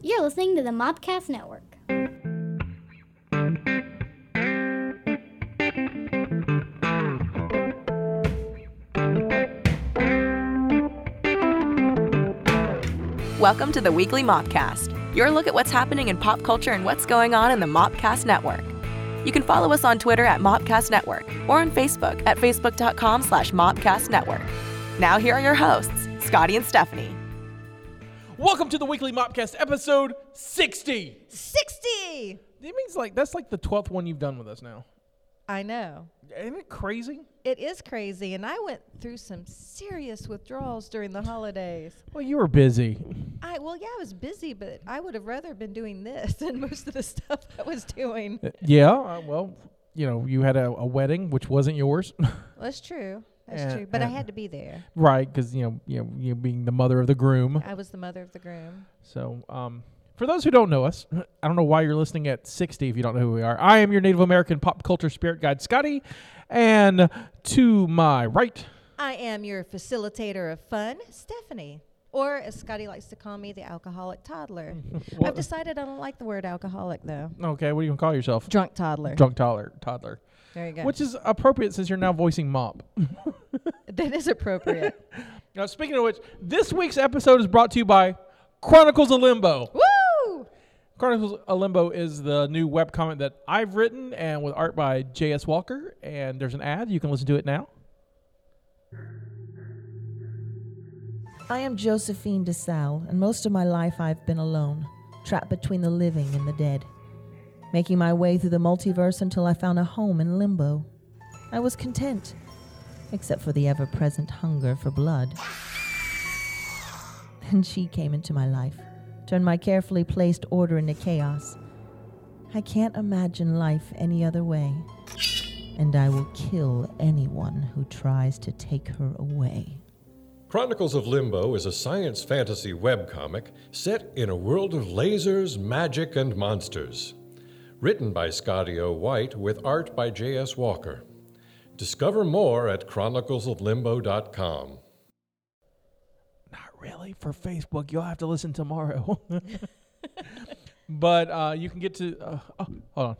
You're listening to the Mobcast Network. Welcome to the weekly Mopcast, your look at what's happening in pop culture and what's going on in the Mopcast Network. You can follow us on Twitter at Mopcast Network or on Facebook at facebook.com slash Mopcast Network. Now here are your hosts, Scotty and Stephanie. Welcome to the weekly Mopcast episode 60. 60. That means like that's like the 12th one you've done with us now. I know. Isn't it crazy? It is crazy. And I went through some serious withdrawals during the holidays. Well, you were busy. I well, yeah, I was busy, but I would have rather been doing this than most of the stuff I was doing. yeah, uh, well, you know, you had a, a wedding which wasn't yours. That's true. That's Yeah, true. But I and- had to be there. right, cuz you know, you know, you being the mother of the groom. I was the mother of the groom. So, um for those who don't know us, I don't know why you're listening at 60 if you don't know who we are. I am your Native American pop culture spirit guide, Scotty, and to my right, I am your facilitator of fun, Stephanie. Or as Scotty likes to call me, the alcoholic toddler. What- I've decided I don't like the word alcoholic though. okay, what do you gonna call yourself? Drunk toddler. Drunk toddler, toddler. There you go. Which is appropriate since you're now voicing mop. that is appropriate. Now, speaking of which, this week's episode is brought to you by Chronicles of Limbo. Woo! Chronicles of Limbo is the new webcomic that I've written and with art by J.S. Walker. And there's an ad. You can listen to it now. I am Josephine DeSalle, and most of my life I've been alone, trapped between the living and the dead, making my way through the multiverse until I found a home in limbo. I was content, except for the ever present hunger for blood. Then she came into my life, turned my carefully placed order into chaos. I can't imagine life any other way, and I will kill anyone who tries to take her away. Chronicles of Limbo is a science fantasy webcomic set in a world of lasers, magic, and monsters. Written by Scotty O. White with art by J.S. Walker. Discover more at chroniclesoflimbo.com. Not really for Facebook. You'll have to listen tomorrow. but uh, you can get to. Uh, oh, hold on.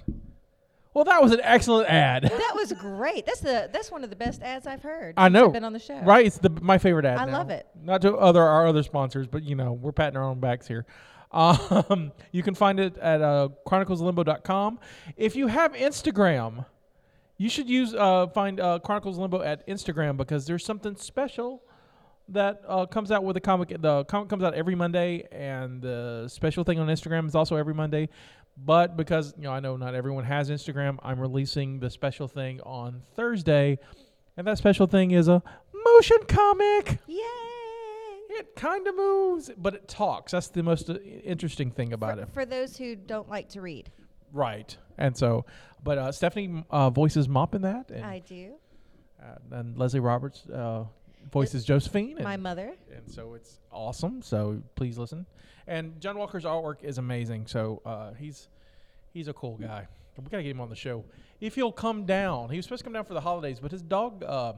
Well, that was an excellent ad. That was great. That's the that's one of the best ads I've heard. I since know. I've been on the show. Right, it's the my favorite ad. I now. love it. Not to other our other sponsors, but you know we're patting our own backs here. Um, you can find it at uh, chronicleslimbo.com. If you have Instagram, you should use uh, find uh, Chronicles Limbo at Instagram because there's something special that uh, comes out with the comic. The comic comes out every Monday, and the special thing on Instagram is also every Monday. But because you know, I know not everyone has Instagram. I'm releasing the special thing on Thursday, and that special thing is a motion comic. Yay! It kind of moves, but it talks. That's the most uh, interesting thing about it, For those who don't like to read, right? And so, but uh, Stephanie uh, voices Mop in that, and, I do. uh, and Leslie Roberts uh, voices Josephine. And, My mother. and so it's awesome. So please listen. And John Walker's artwork is amazing. So uh, he's he's a cool guy. We gotta get him on the show if he'll come down. He was supposed to come down for the holidays, but his dog uh,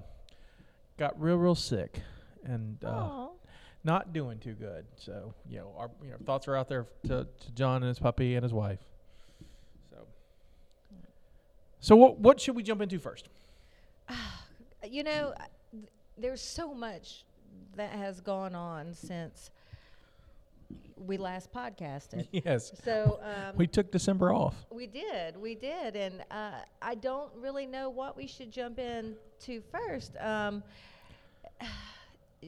got real real sick and uh, Aw. not doing too good. So you know our you know, thoughts are out there to, to John and his puppy and his wife. So so what what should we jump into first? You know, I- th- there's so much that has gone on since we last podcasted. Yes, So um, we took December off. we did, we did, and uh, I don't really know what we should jump in to first. Um,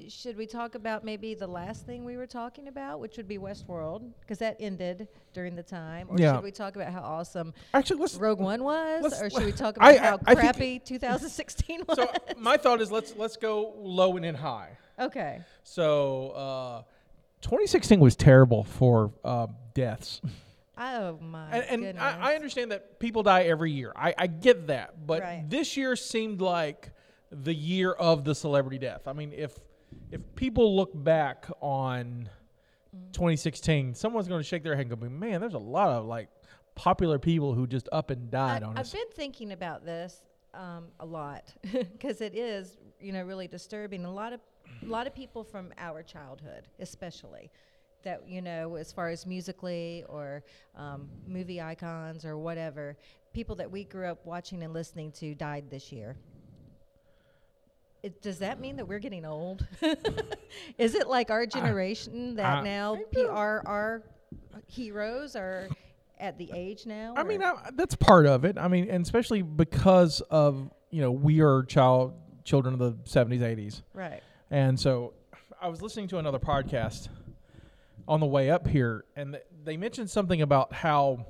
should we talk about maybe the last thing we were talking about, which would be Westworld, because that ended during the time, or Yeah. should we talk about how awesome Actually, let's Rogue One was, let's- or should we talk about I- how I- I think- crappy 2016 was? So my thought is let's let's go low and then high. okay, So uh, 2016 was terrible for uh, deaths, oh my and, and goodness, I, I understand that people die every year. I, I get that, but Right. this year seemed like the year of the celebrity death. I mean, if if people look back on 2016, someone's going to shake their head and go, "Man, there's a lot of like popular people who just up and died on have us." been thinking about this um, a lot because it is, you know, really disturbing. A lot of, a lot of people from our childhood, especially, that you know as far as musically or um, movie icons or whatever people that we grew up watching and listening to died this year it, does that mean that we're getting old is it like our generation that I- now prr heroes are at the age now I mean, or- I, that's part of it. I mean, and especially because of you know we are child children of the seventies, eighties, right and so I was listening to another podcast on the way up here, and th- they mentioned something about how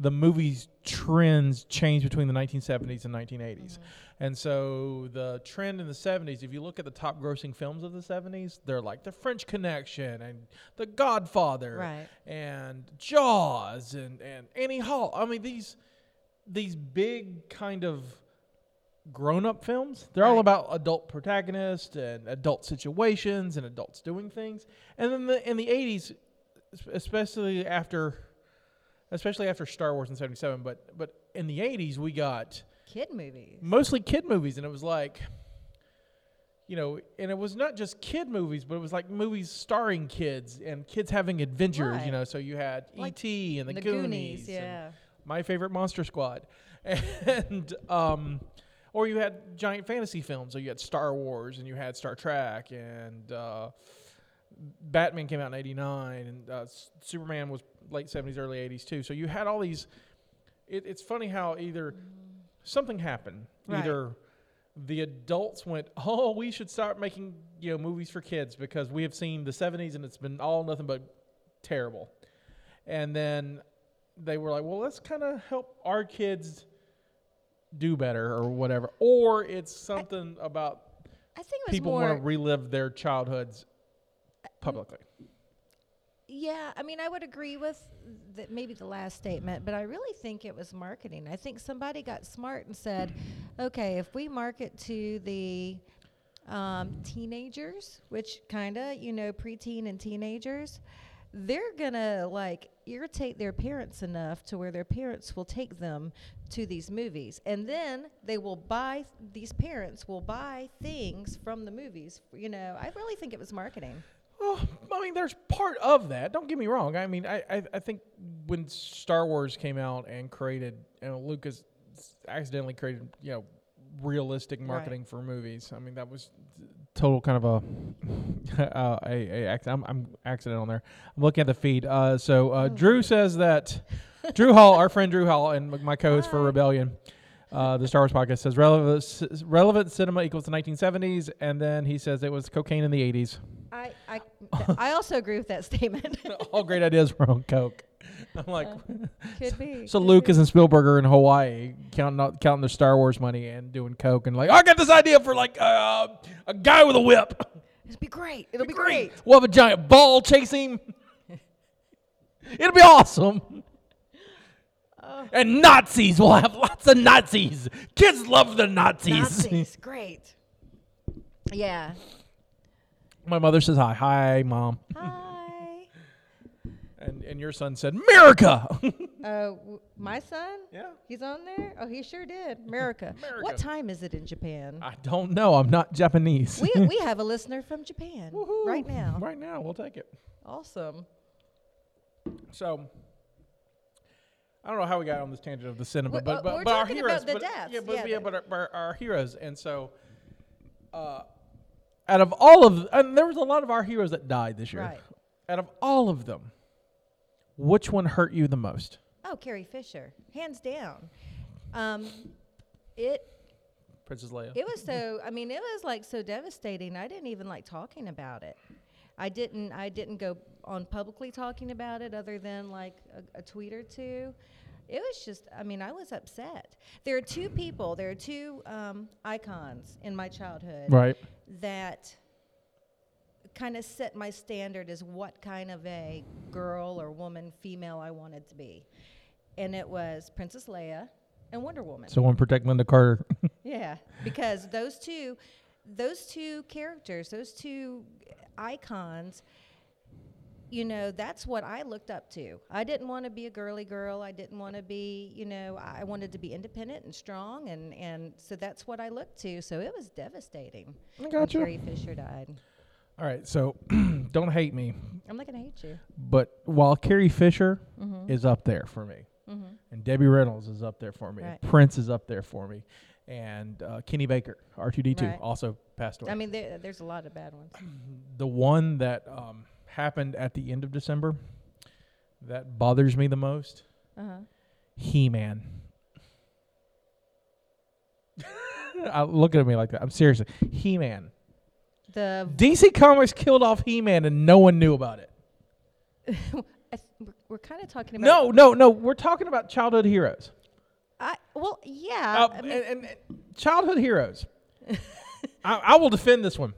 the movies trends change between the 1970s and 1980s. And so the trend in the 70s, if you look at the top grossing films of the 70s, they're like The French Connection and The Godfather Right. and Jaws and and Annie Hall. I mean these these big kind of grown-up films. They're all Right. about adult protagonists and adult situations and adults doing things. And then the, in the 80s es- especially after especially after Star Wars in 77, but but in the 80s we got kid movies mostly kid movies and it was like you know and it was not just kid movies but it was like movies starring kids and kids having adventures you Right. know so you had Like et and the, the goonies, Goonies, and yeah. my favorite monster squad and um or you had giant fantasy films so you had star wars and you had star trek and uh Batman came out in '89, and uh, S- Superman was late '70s, early '80s too. So you had all these. It, it's funny how either something happened, Right. either the adults went, "Oh, we should start making you know movies for kids because we have seen the '70s and it's been all nothing but terrible," and then they were like, "Well, let's kind of help our kids do better or whatever," or it's something about i think it was people more want to relive their childhoods publicly. Yeah, I mean, I would agree with that maybe the last statement, but I really think it was marketing. I think somebody got smart and said, "Okay, if we market to the um, teenagers, which kind of you know preteen and teenagers, they're gonna like irritate their parents enough to where their parents will take them to these movies, and then they will buy these parents will buy things from the movies. You know, I really think it was marketing. Well, I mean, there's part of that. Don't get me wrong. I mean, I, I, I think when Star Wars came out and created, you know, Lucas accidentally created, you know, realistic marketing for movies. I mean, that was total kind of a, uh, a, a acc- I'm, I'm accident on there. I'm looking at the feed. Uh, so uh, Drew says that Drew Hall, our friend Drew Hall, and m- my co-host for Rebellion. Uh, the Star Wars podcast says relevant, c- relevant cinema equals the 1970s, and then he says it was cocaine in the 80s. I, I, I also agree with that statement. all great ideas were on coke. I'm like, Could be. so Lucas and Spielberg are in Hawaii counting out, counting their Star Wars money and doing coke, and like, I got this idea for like uh, a guy with a whip. It'd be great. It'll be great. We'll have a giant ball chase him. It'll be awesome. Uh. And Nazis, we'll have lots of Nazis. Kids love the Nazis. great. Yeah. My mother says hi, hi, mom, Hi. and and your son said America. Uh, w- my son? Yeah. He's on there? Oh, he sure did. America. America. What time is it in Japan? I don't know. I'm not Japanese. we, we have a listener from Japan right Woo, now. Right now, we'll take it. Awesome. So I don't know how we got on this tangent of the cinema, We're- but uh, but, we're but our talking heroes, about the but, deaths. yeah, but Yeah, yeah, the- but our, our, our heroes, and so uh, out of all of, and there was a lot of our heroes that died this year. Right. Out of all of them, which one hurt you the most? Oh, Carrie Fisher. Hands down. Um, it Princess Leia. It was so. I mean, it was like so devastating. I didn't even like talking about it. I didn't. I didn't go on publicly talking about it, other than like a, a tweet or two. It was just. I mean, I was upset. There are two people. There are two um, icons in my childhood right. that kind of set my standard as what kind of a girl or woman, female I wanted to be, and it was Princess Leia and Wonder Woman. So one protect Linda Carter. Yeah, because those two, those two characters, those two icons, you know, that's what I looked up to. I didn't want to be a girly girl. I didn't want to be, you know, I I wanted to be independent and strong, and and so that's what I looked to. So it was devastating. I gotcha. When Carrie Fisher died. All right, so don't hate me, I'm not gonna hate you. but while Carrie Fisher Mm-hmm. is up there for me, and Debbie Reynolds is up there for me, Right. Prince is up there for me, and uh, Kenny Baker, R2D2, Right. also passed away. I mean, there, there's a lot of bad ones. the one that um, happened at the end of December that bothers me the most Uh-huh. He Man. Look at me like that. I'm seriously. He Man. The DC Comics killed off He Man and no one knew about it. I th- we're- we're kind of talking about No, no, no. We're talking about childhood heroes. I, well, yeah. Uh, I and, mean, and- and childhood heroes. I, I will defend this one.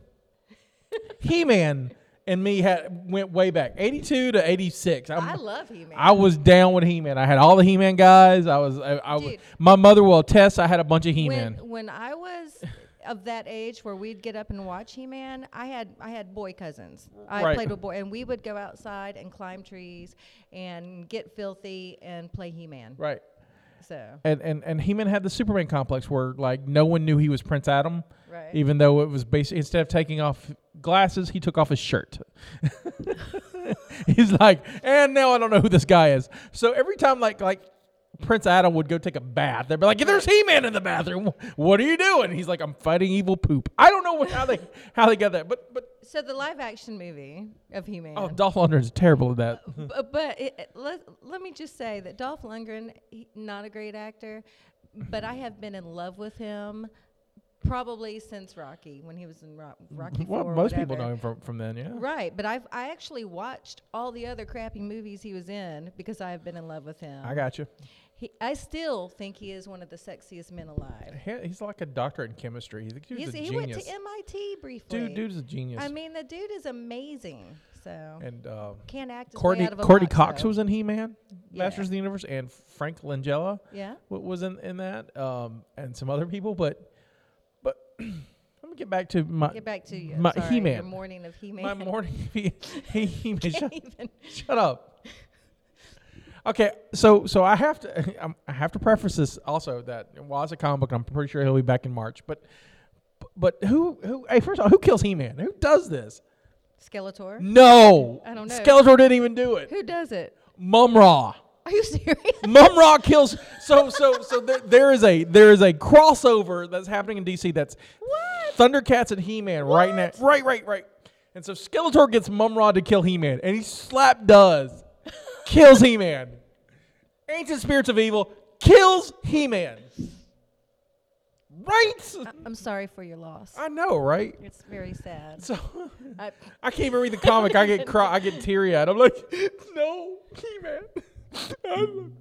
He Man and me had went way back, 82 to 86. I'm- I love He-Man. um, I was down with He Man. I had all the He Man guys. I was. I, I was Dude. my mother will attest. I had a bunch of He when Man. when I was of that age where we'd get up and watch He-Man, I had I had boy cousins. I Right. played with boy, and we would go outside and climb trees and get filthy and play He-Man. Right. So And and and He Man had the Superman complex where like no one knew he was Prince Adam. Right. Even though it was basically instead of taking off glasses, he took off his shirt. He's like, and now I don't know who this guy is. So every time like like Prince Adam would go take a bath, they'd be like, "There's He Man in the bathroom. What are you doing?" He's like, "I'm fighting evil poop." I don't know what, how they how they got that, but but so the live action movie of He-Man. oh, Dolph Lundgren's terrible at that. B- but it, it- let, let me just say that Dolph Lundgren, he, not a great actor, but I have been in love with him probably since Rocky when he was in Ro- Rocky. Well, IV or most people whatever. know him from, from then, yeah. Right, but I've I actually watched all the other crappy movies he was in because I've been in love with him. I got you. He, I still think he is one of the sexiest men alive. He- he's like a doctorate in chemistry. He's, he's He's, a he went genius. to MIT briefly. dude, dude's a genius. I mean, the dude is amazing. So and um, can't act. his way Courtney out of a Courtney box, Cox though. was in He Man, Yeah. Masters of the Universe, and Frank Langella Yeah. wa- was in, in that, um, and some other people. But but let me get back to my Get back to you. my Sorry, Your He-Man. morning of He-Man. my morning. He He Man. Shut, Even- shut up. Okay, so so I have to I'm- I have to preface this also that well it's a comic book and I'm pretty sure he'll be back in March, but but who who hey first of all who kills He Man? Who does this? Skeletor. No, I don't know. Skeletor didn't even do it. Who does it? Mum Ra. Are you serious? Mum Ra kills. So so so there, there is a there is a crossover that's happening in DC that's Thundercats and He Man right now. Right right right. And so Skeletor gets Mum Ra to kill He Man, and he slap does, kills He Man. Ancient spirits of evil kills He Man. Right. I'm sorry for your loss. I know, right? It's very sad. So I, I can't even read the comic. I get cry. I get teary eyed. I'm like, no, he man.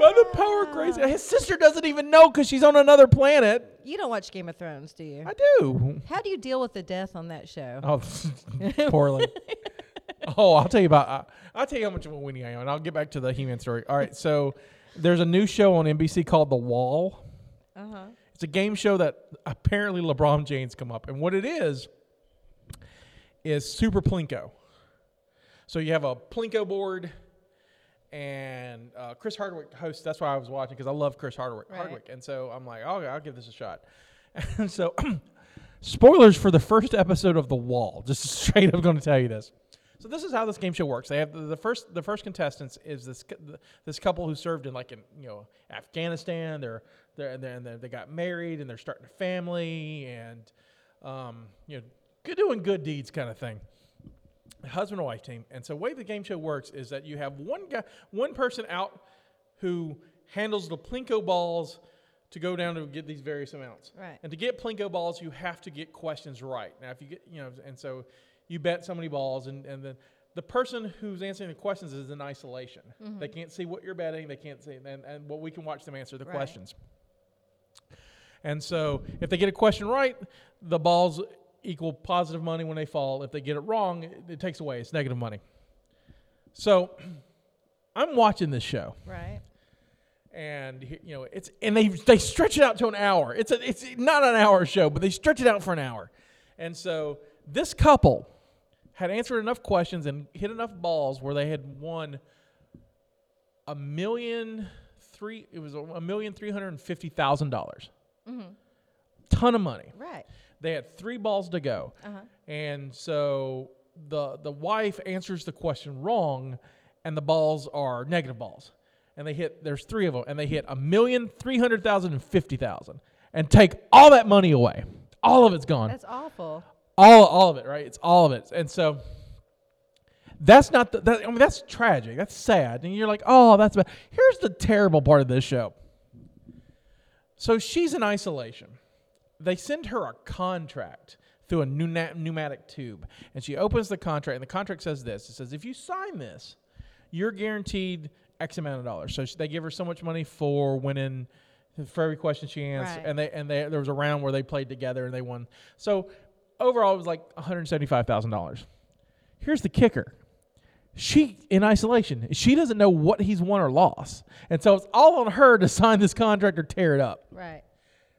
By the power of grace, his sister doesn't even know because she's on another planet. you don't watch Game of Thrones, do you? I do. How do you deal with the death on that show? Oh, poorly. oh, I'll tell you about. I, I'll tell you how much of a weenie I am, and I'll get back to the human story. All right, so there's a new show on NBC called The Wall. Uh-huh. It's a game show that apparently LeBron James come up, and what it is is Super Plinko. So you have a Plinko board, and uh, Chris Hardwick hosts. That's why I was watching because I love Chris Hardwick. Right. Hardwick, and so I'm like, oh, I'll give this a shot. And so, spoilers for the first episode of The Wall. Just straight up going to tell you this. So this is how this game show works. They have the, the first the first contestants is this cou- th- this couple who served in like in you know Afghanistan. They're they're and they're, and they're, they got married and they're starting a family and um, you know good doing good deeds kind of thing husband and wife team. And so, the way the game show works is that you have one guy, one person out who handles the plinko balls to go down to get these various amounts. Right. And to get plinko balls, you have to get questions right. Now, if you get, you know, and so you bet so many balls, and and then the person who's answering the questions is in isolation. They can't see what you're betting. They can't see, and and what we can watch them answer the Right. questions. And so if they get a question right, the balls equal positive money when they fall. If they get it wrong, it, it takes away. It's negative money. So I'm watching this show Right. and he- you know it's and they they stretch it out to an hour. It's a it's not an hour show, but they stretch it out for an hour. And so this couple had answered enough questions and hit enough balls where they had won a million three. It was a million three hundred and fifty thousand dollars. Ton of money. Right. They had three balls to go, and so the the wife answers the question wrong, and the balls are negative balls, and they hit. There's three of them, and they hit a million, three hundred thousand, and fifty thousand, and take all that money away. All of it's gone That's awful. all all of it, right? It's all of it, and so that's not the, that. I mean, that's tragic. That's sad, and you're like, oh, that's bad. Here's the terrible part of this show. So she's in isolation. They send her a contract through a pneuna- pneumatic tube, and she opens the contract, and the contract says this: it says if you sign this, you're guaranteed X amount of dollars. So she, they give her so much money for winning. For every question she answers, Right. and they and they there was a round where they played together and they won. So overall, it was like one hundred seventy five thousand dollars. Here's the kicker: she in isolation, she doesn't know what he's won or lost, and so it's all on her to sign this contract or tear it up. Right.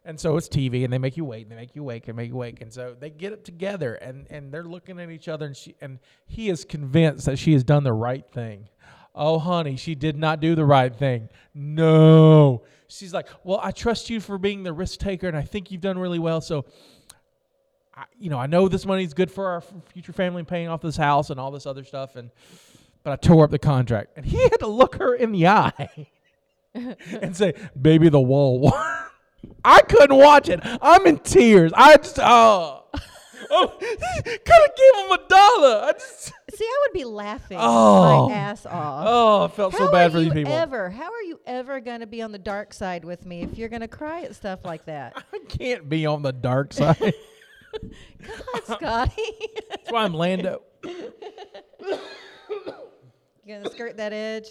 And so it's TV, and they make you wait, and they make you wake, and make you wake, and so they get it together, and and they're looking at each other, and she and he is convinced that she has done the right thing. Oh, honey, she did not do the right thing. No, she's like, well, I trust you for being the risk taker, and I think you've done really well. So, I, you know, I know this money's good for our f- future family and paying off this house and all this other stuff, and but I tore up the contract, and he had to look her in the eye and say, "Baby, the wall." I couldn't watch it. I'm in tears. I just oh, oh could have gave him a dollar. I just See, I would be laughing Oh. my ass off. oh, I felt so bad are for these you people. Ever? How are you ever going to be on the dark side with me if you're going to cry at stuff like that? I can't be on the dark side. That's God, Scotty, why I'm Lando. you going to skirt that edge?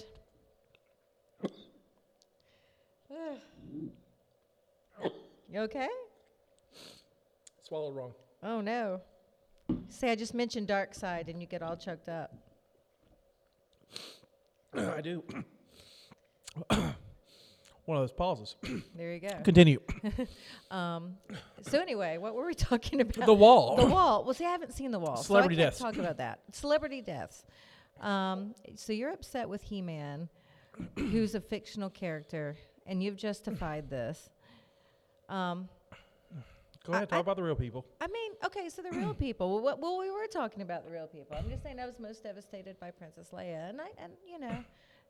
you okay? Swallowed wrong. Oh no. See, I just mentioned dark side, and you get all choked up. I do. One of those pauses. There you go. Continue. Um, so anyway, what were we talking about? The wall. The wall. Well, see, I haven't seen the wall. Celebrity so I can't deaths. Talk about that. Celebrity deaths. Um, so you're upset with He-Man, who's a fictional character, and you've justified this. Um, Go ahead. Talk I- about the real people. I mean, okay, so the real people. Well, what, well, we were talking about the real people. I'm just saying I was most devastated by Princess Leia, and I, and you know,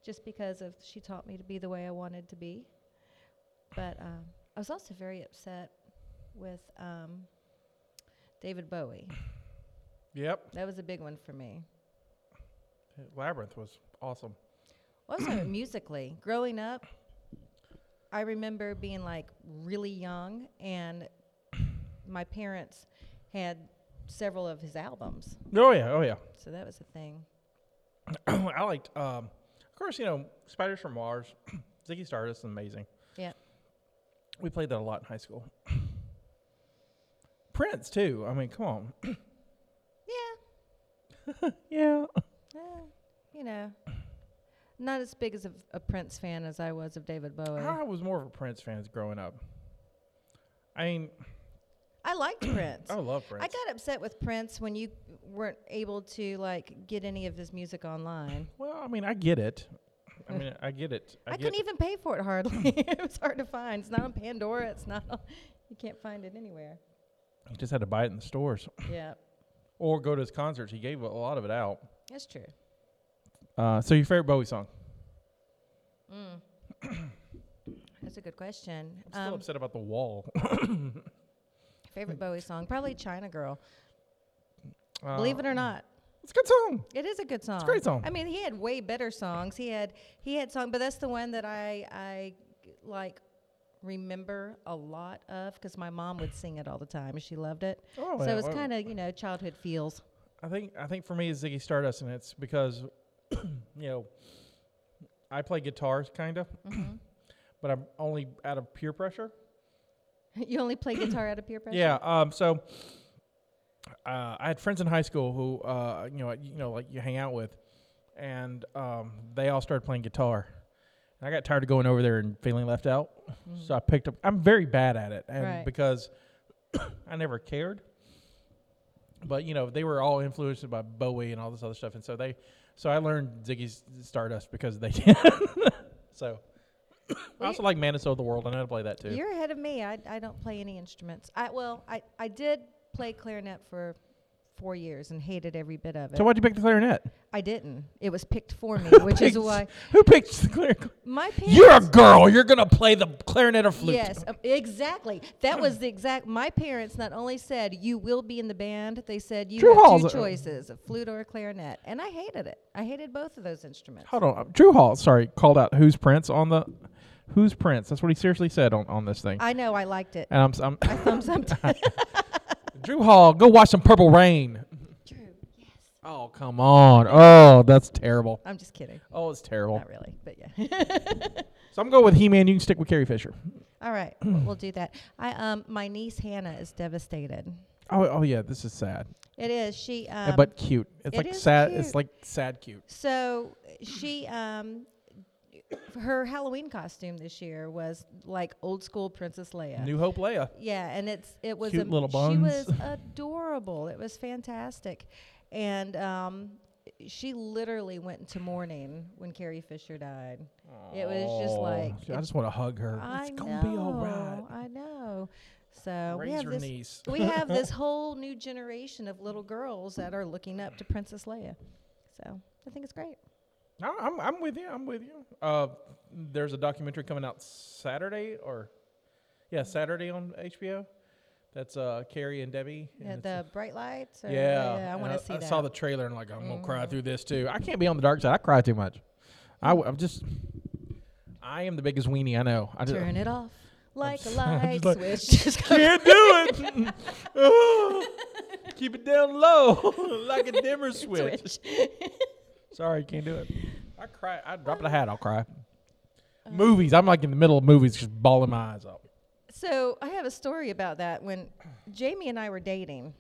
just because of she taught me to be the way I wanted to be. But um, I was also very upset with um, David Bowie. Yep. That was a big one for me. Labyrinth was awesome. Also, musically, growing up, I remember being like really young, and my parents had several of his albums, Oh yeah. Oh yeah. so that was a thing. I liked. Um, of course, you know, Spiders from Mars. Ziggy Stardust is amazing. Yeah. We played that a lot in high school. Prince too. I mean, come on. Yeah. Yeah. eh, you know, not as big as a, a Prince fan as I was of David Bowie. I was more of a Prince fan growing up. I mean, I liked Prince. I love Oh, Prince. I got upset with Prince when you weren't able to like get any of his music online. well, I mean, I get it. I mean, I get it. I, I, get couldn't even pay for it hardly. it was hard to find. It's not on Pandora. It's not. On, you can't find it anywhere. You just had to buy it in the stores Yeah, or go to his concerts. He gave a lot of it out. that's true. Uh, so your favorite Bowie song? That's a good question. I'm still Um, upset about the wall. favorite Bowie song? Probably China Girl. Uh, Believe it or not, it's a good song. it is a good song. great song. I mean, he had way better songs. He had he had song, but that's the one that I I like remember a lot of because my mom would sing it all the time and she loved it. Oh, so yeah, it was well- kind of you know childhood feels. I think I think for me it's Ziggy Stardust, and it's because you know I play guitars kind of, but I'm only out of peer pressure. you only play guitar out of peer pressure. Yeah. Um. So uh, I had friends in high school who uh you know you know like you hang out with, and um they all started playing guitar. And I got tired of going over there and feeling left out, so I picked up. I'm very bad at it, and Mm-hmm. Right. because I never cared. But you know they were all influenced by Bowie and all this other stuff, and so they, so I learned Ziggy Stardust because they did. so I also like Manitou of the World. I know how to play that too. You're ahead of me. I, I don't play any instruments. I well, I, I did play clarinet for four years and hated every bit of it. So why'd you pick the clarinet? I didn't. It was picked for me, which is Picked- why Who picked the clarinet? my parents. You're a girl. You're gonna play the clarinet or flute. Yes, um, exactly. That was the exact. My parents not only said you will be in the band, they said you Drew have Hall's uh, a- two choices: a flute or a clarinet. And I hated it. I hated both of those instruments. Hold on. Drew Hall, sorry, called out who's Prince on the who's Prince. That's what he seriously said on, on this thing. I know I liked it. and I'm, s- I'm Thumbs up. Drew Hall, go watch some Purple Rain. Drew, yes. Oh, come on. Oh, that's terrible. I'm just kidding. Oh, it's terrible. Not really, but yeah. So I'm going with He-Man. You can stick with Carrie Fisher. All right, we'll we'll do that. I um, my niece Hannah is devastated. Oh, oh yeah, this is sad, It is she. Um, Yeah, Eh, but cute. It's it like is sad. It's cute. like sad cute. So she, um, her Halloween costume this year was like old school Princess Leia. New Hope Leia. yeah, and it's it was Cute am- little She buns. was adorable. It was fantastic, and um, she literally went into mourning when Carrie Fisher died. It was just Oh, like I just want to hug her. I it's know, gonna be all right. I know. So we Raise have your this. niece. we have this whole new generation of little girls that are looking up to Princess Leia. So I think it's great. No, I'm, I'm with you. I'm with you. Uh, there's a documentary coming out Saturday or, yeah, Saturday on HBO. That's uh, Carrie and Debbie. and Yeah, it's the bright lights. Or, a- yeah, I and want to see I that. Mm-hmm. saw the trailer and like I'm gonna cry through this too. I can't be on the dark side. I cry too much. I, am just. I am the biggest weenie I know. I just Turn it off like a I'm light just switch. Just go- can't do it. Keep it down low like a dimmer switch. Sorry, can't do it. I cry. I drop the hat. I'll cry. Uh, movies. I'm like in the middle of movies, just bawling my eyes out. So I have a story about that. When Jamie and I were dating,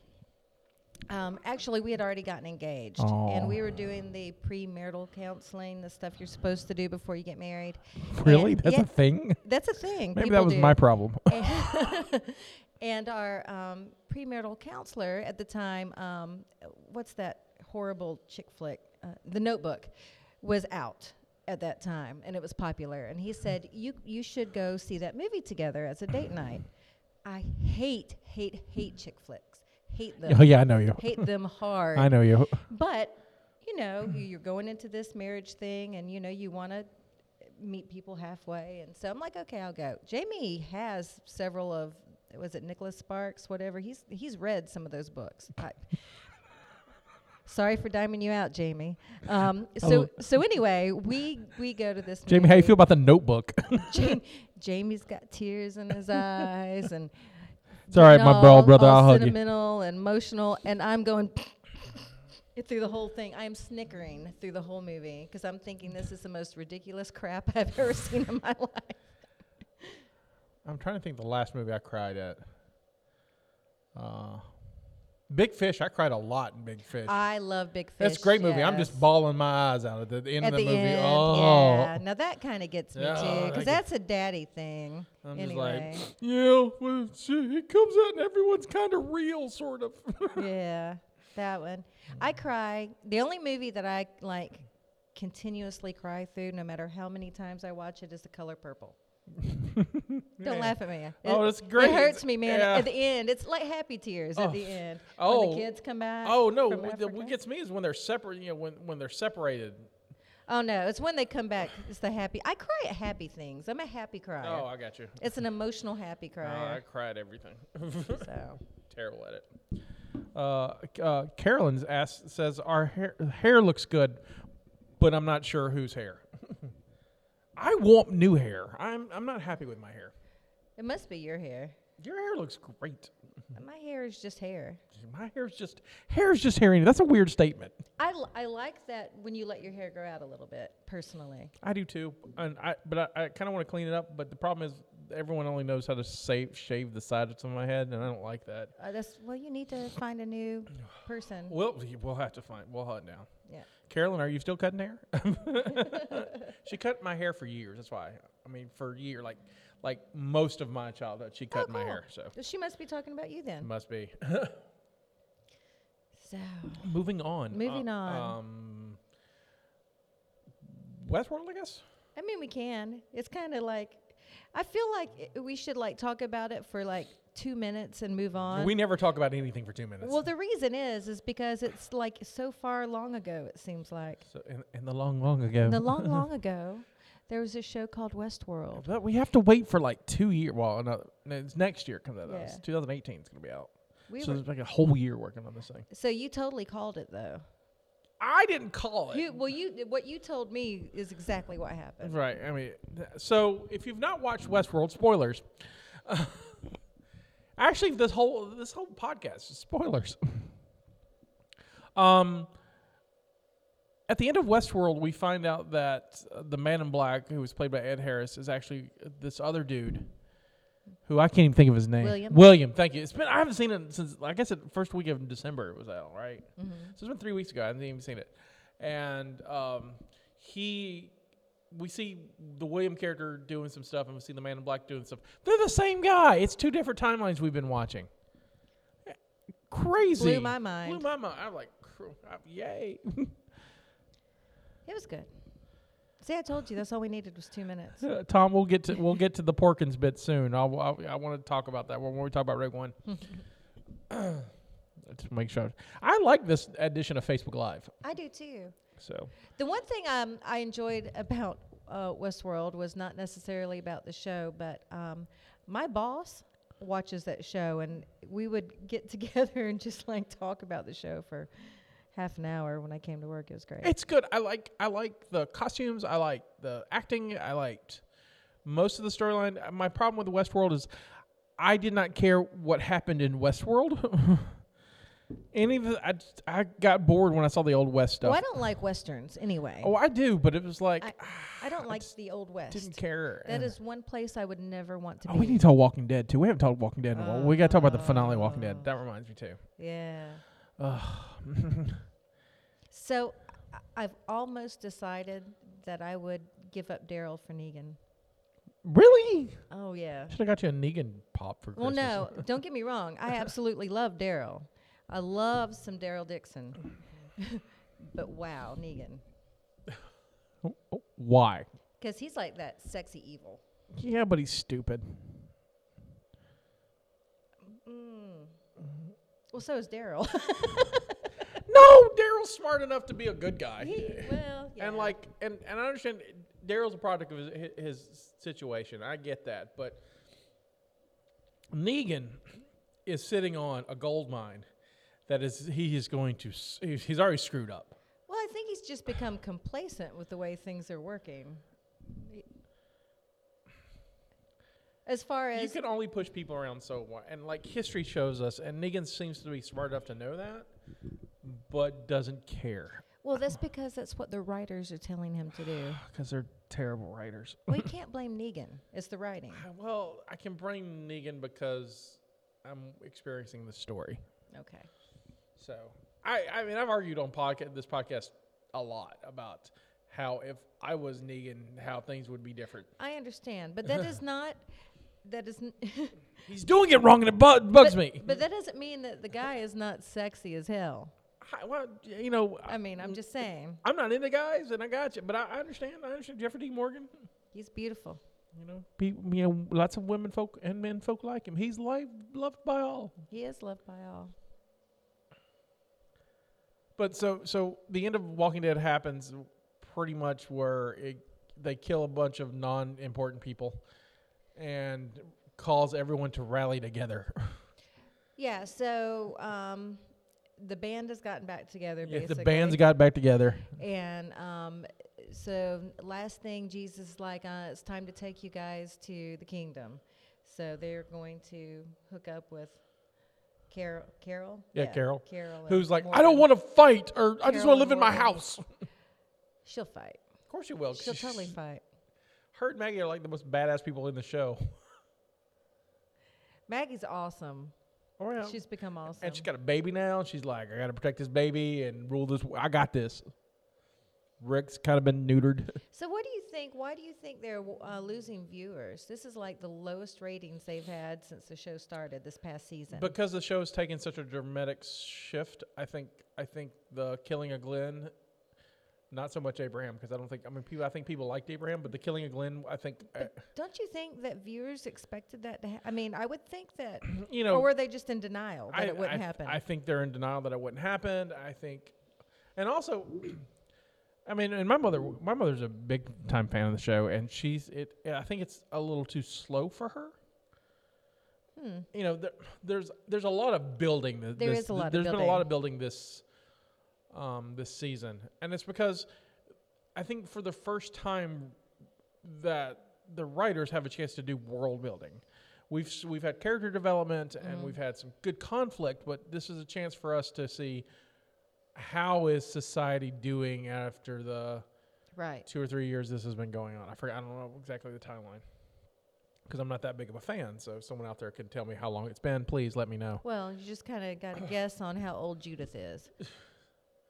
um, actually we had already gotten engaged, Oh. and we were doing the premarital counseling, the stuff you're supposed to do before you get married. Really? And- That's yeah, a thing. That's a thing. Maybe People that was do. my problem. and our um, premarital counselor at the time, um, what's that horrible chick flick? Uh, the Notebook was out at that time, and it was popular. And he said, "You you should go see that movie together as a date night." I hate hate hate chick flicks. Hate them. Oh yeah, I know you. Hate them hard. I know you. But you know, Hmm. you- you're going into this marriage thing, and you know you want to meet people halfway. And so I'm like, okay, I'll go. Jamie has several of was it Nicholas Sparks, whatever. He's he's read some of those books. I, sorry for diming you out, Jamie. Um, so Oh. so anyway, we we go to this. Jamie, how you movie. feel about the Notebook? Jamie, Jamie's got tears in his eyes, and it's all right, getting my bro, all- brother. all I'll hug you. sentimental and emotional, and I'm going through the whole thing. I am snickering through the whole movie because I'm thinking this is the most ridiculous crap I've ever seen in my life. I'm trying to think of the last movie I cried at. Uh, Big Fish. I cried a lot in Big Fish. I love Big Fish. That's a great movie. I'm just yes. bawling my eyes out at the, the end At of the, the, movie. end, oh, yeah. Now that kind of gets me too, Yeah, 'cause I get- that's a daddy thing. I'm anyway, just like, yeah, well, shit, it comes out and everyone's kind of real, sort of. yeah, that one. Mm. I cry. The only movie that I like continuously cry through, no matter how many times I watch it, is The Color Purple. Don't laugh at me. It, Oh, that's great. It hurts me, man. Yeah. At the end, it's like happy tears Oh. at the end. when Oh. the kids come back. oh no, from what, the, what Africa. gets me is when they're separate. You know, when when they're separated. Oh no, it's when they come back. It's the happy. I cry at happy things. I'm a happy crier. Oh, I got you. it's an emotional happy Oh, I crier. cried everything. so Terrible at it. Uh, c- uh, Carolyn's asked says our hair, hair looks good, but I'm not sure whose hair. I want new hair. I'm I'm not happy with my hair. it must be your hair. Your hair looks great. My hair is just hair. My hair's just hair's just hairy. That's a weird statement. I, l- I like that when you let your hair grow out a little bit. Personally, I do too, and I but I, I kind of want to clean it up. But the problem is everyone only knows how to save, shave the sides of my head, and I don't like that. uh, that's well. You need to find a new person. Well, we- we'll have to find. We'll hunt down. Yeah. Carolyn, are you still cutting hair? she cut my hair for years. That's why. I mean, for a year, like like most of my childhood, she cut my cool. hair. So She must be talking about you then. must be. So Moving on. Moving Uh, on. Um, Westworld, I guess. I mean, we can. It's kind of like, I feel like i we should like talk about it for like two minutes and move on. We never talk about anything for two minutes. well, the reason is, is because it's like so far long ago. It seems like so in, in the long, long ago. the long, long ago, there was a show called Westworld. But we have to wait for like two year. Well, another, no, it's next year it comes out. Yeah. 2018 is going to be out. We so were, there's like a whole year working on this thing. so you totally called it though. I didn't call it. You, well, you what you told me is exactly what happened. Right. I mean, th- so if you've not watched Westworld, spoilers. actually, this whole this whole podcast is spoilers. um, at the end of Westworld, we find out that uh, the Man in Black, who was played by Ed Harris, is actually uh, this other dude. Who I can't even think of his name. William. William, thank you. It's been I haven't seen it since I guess the first week of December it was out, right? So it's been three weeks ago. I haven't even seen it. And um, he, we see the William character doing some stuff, and we see the Man in Black doing stuff. They're the same guy. It's two different timelines we've been watching. Crazy. Blew my mind. Blew my mind. I'm like, cr- uh, yay. It was good. See, I told you that's all we needed was two minutes. Uh, Tom, we'll get to we'll get to the Porkins bit soon. I'll, I'll, I want to talk about that when we talk about Rig One. Let's make sure. I like this edition of Facebook Live. I do too. So The one thing um, I enjoyed about uh, Westworld was not necessarily about the show, but um, my boss watches that show, and we would get together and just like talk about the show for half an hour when I came to work. It was great. It's good. I like I like the costumes. I like the acting. I liked most of the storyline. Uh, My problem with Westworld is I did not care what happened in Westworld. Any of the, I just- I got bored when I saw the old West stuff. Well, I don't like westerns anyway. oh, I do, but it was like I, I I don't like just the old west. didn't care. That Uh, is one place I would never want to Oh, be. we need to talk Walking Dead too. We haven't talked Walking Dead in a while. we got to talk about the finale of Walking Dead. That reminds me too. Yeah. so I- I've almost decided that I would give up Daryl for Negan. Really? Oh yeah. Should have got you a Negan pop for Well, Christmas. no, don't get me wrong. I absolutely love Daryl. I love some Daryl Dixon. but wow, Negan. Oh, oh, why? Because he's like that sexy evil. Yeah, but he's stupid. Well, so is Daryl. No, Daryl's smart enough to be a good guy. well, yeah. And like, and, and I understand Daryl's a product of his, his situation. I get that, but Negan is sitting on a gold mine that is he is going to s- he's he's already screwed up. Well, I think he's just become complacent with the way things are working. As far You as can only push people around so far, and like history shows us, and Negan seems to be smart enough to know that, but doesn't care well, that's because that's what the writers are telling him to do. because they're terrible writers. Well, you can't blame Negan. It's the writing. Uh, Well, I can blame Negan because I'm experiencing the story. Okay. So I, I mean, I've argued on podcast this podcast a lot about how if I was Negan, how things would be different. I understand, but that is not. That is. n- He's doing it wrong, and it bu- bugs but, me. But that doesn't mean that the guy is not sexy as hell. I, well, you know, I mean, I'm just saying I'm not into guys, and I got you, but I, I understand. I understand Jeffrey D. Morgan. he's beautiful. You know, pe- you know, lots of women folk and men folk like him. He's like loved by all. He is loved by all. But so so the end of Walking Dead happens pretty much where it, they kill a bunch of non-important people and cause everyone to rally together. Yeah. So um, the band has gotten back together. Yeah, Basically, the bands got back together. And um, so last thing, Jesus is like, uh, it's time to take you guys to the kingdom. So they're going to hook up with Carol. Carol. Yeah, Carol. Carol. and Who's like, I Morgan. don't want to fight, or I just Carol want to and live in my Morgan. house. Of She'll fight. course you will. 'cause She'll Oh, she's- totally fight. Her and Maggie are like the most badass people in the show. Maggie's awesome. Oh yeah. She's become awesome. and she's got a baby now. and She's like, I got to protect this baby and rule this. I got this. Rick's kind of been neutered. so, what do you think? Why do you think they're w- uh, losing viewers? This is like the lowest ratings they've had since the show started this past season. because the show has taken such a dramatic shift i think i think the killing of glenn Not so much Abraham because I don't think I mean people. I think people liked Abraham, but the Killing of Glenn, I think uh, Don't you think that viewers expected that to ha- I mean, I would think that You know, or were they just in denial that I, it wouldn't I- happen? I think they're in denial that it wouldn't happen. I think, and also, I mean, and my mother, my mother's a big time fan of the show, and she's it. I think it's a little too slow for her. You know, there, there's there's a lot of building. th- There this, is a lot of There's been a lot building. of building this, um, this season, and it's because I think for the first time that the writers have a chance to do world building. We've s- we've had character development and Mm-hmm. we've had some good conflict, but this is a chance for us to see how is society doing after the right. two or three years this has been going on. I forget I don't know exactly the timeline because I'm not that big of a fan. So if someone out there can tell me how long it's been, please let me know. Well, you just kind of got to guess on how old Judith is.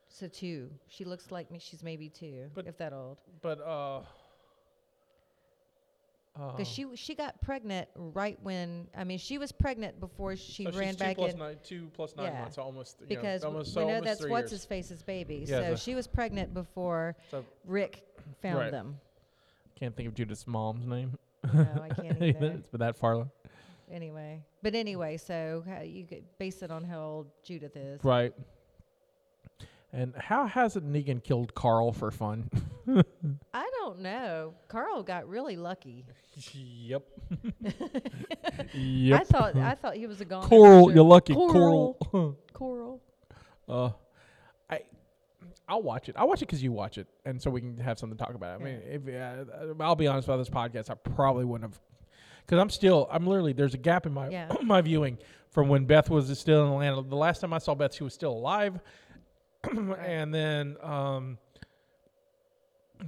So two. She looks like me. She's maybe two, But- if that old. But uh, Oh. Because she she got pregnant right when I mean she was pregnant before she so she's ran two back plus in nine, two plus nine Yeah. months, almost you know, because w- almost, so we know almost that's three what's years. his face's baby. Yeah, so the- she was pregnant before So- Rick found Right. them. Can't think of Judith's mom's name. No, I can't either. it's been that far. anyway, but anyway, so how you could base it on how old Judith is. Right. And how hasn't Negan killed Carl for fun? I don't know. Carl got really lucky. yep. I yep. thought I thought he was a goner. for Coral, sure. you're lucky. Coral. Coral. uh, I, I'll watch it. I'll watch it because you watch it, and so we can have something to talk about. I mean, if, uh, I'll be honest about this podcast. I probably wouldn't have, because I'm still, I'm literally there's a gap in my Yeah. my viewing from when Beth was still in Atlanta. The last time I saw Beth, she was still alive, and then um,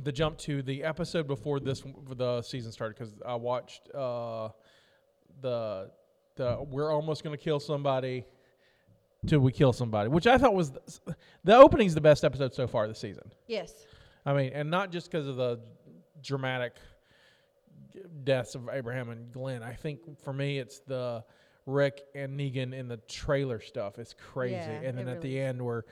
the jump to the episode before this the season started because I watched uh, the the we're almost gonna kill somebody till we kill somebody, which I thought was the, the opening's the best episode so far this season. Yes. I mean, and not just because of the dramatic deaths of Abraham and Glenn. I think for me, it's the Rick and Negan in the trailer stuff. It's crazy, Yeah, and then it at the really is. end where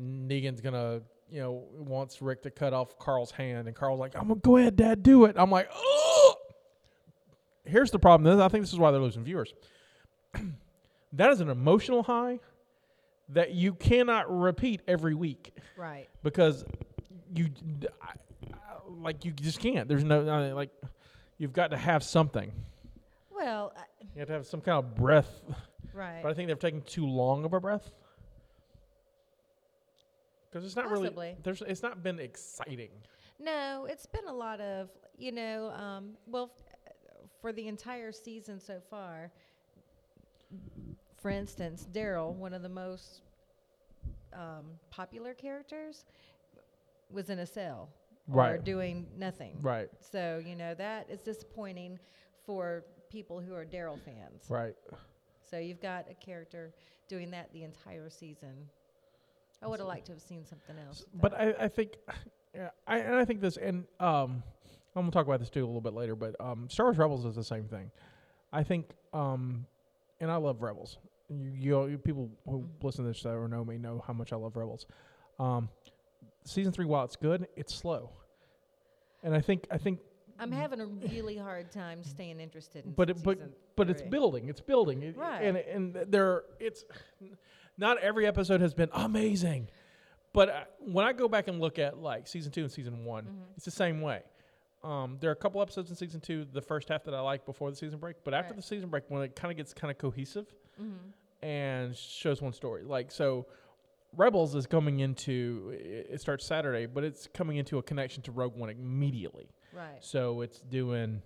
Negan's gonna. You know, wants Rick to cut off Carl's hand, and Carl's like, "I'm gonna go ahead, Dad, do it." I'm like, "Oh!" Here's the problem. This- I think this is why they're losing viewers. that is an emotional high that you cannot repeat every week Right. because you d- I- I- like you just can't. There's no no, like you've got to have something. Well, I, You have to have some kind of breath. right. But I think they've taken too long of a breath. Because it's not Possibly. really there's it's not been exciting. No, it's been a lot of, you know, um, well, f- for the entire season so far, for instance, Daryl, one of the most um, popular characters, was in a cell or Right. doing nothing. Right. So, you know, that is disappointing for people who are Daryl fans. Right. So you've got a character doing that the entire season. I would have liked to have seen something else. But I, I think yeah, I and I think this and um I'm gonna talk about this too a little bit later, but um Star Wars Rebels is the same thing. I think um and I love Rebels. You, you, all- you people who Mm-hmm. listen to this show or know me know how much I love Rebels. Um season three, while it's good, it's slow. And I think I think I'm having a really hard time staying interested in but it, but season but it's three. building. It's building. It- Right. And and there it's not every episode has been amazing, but I, when I go back and look at like season two and season Mm-hmm. one, it's the same way. Um, there are a couple episodes in season two, the first half that I like before the season break, but after the Right. season break, when it kind of gets kind of cohesive mm-hmm, and shows one story, like so. Rebels is coming into it it starts Saturday, but it's coming into a connection to Rogue One immediately. right. So it's doing,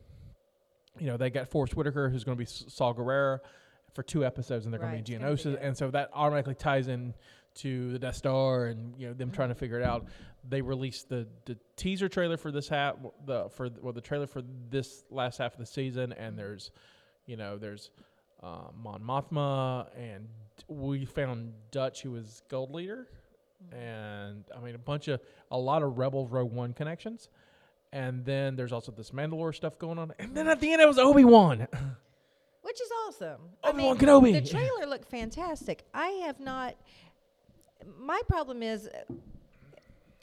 you know, they got Forrest Whitaker, who's going to be S- Saul Guerrero for two episodes, and they're Right, going to be it's gonna be Geonosis, good. and so that automatically ties in to the Death Star and you know them trying to figure it out. They released the, the teaser trailer for this half, the for well the trailer for this last half of the season, and there's, you know, there's uh, Mon Mothma, and we found Dutch, who was Gold Leader, and I mean a bunch of a lot of Rebel Row One connections. And then there's also this Mandalore stuff going on. And then at the end, it was Obi Wan. Which is awesome. Obi-Wan Oh, Kenobi. The trailer looked fantastic. I have not. My problem is, uh,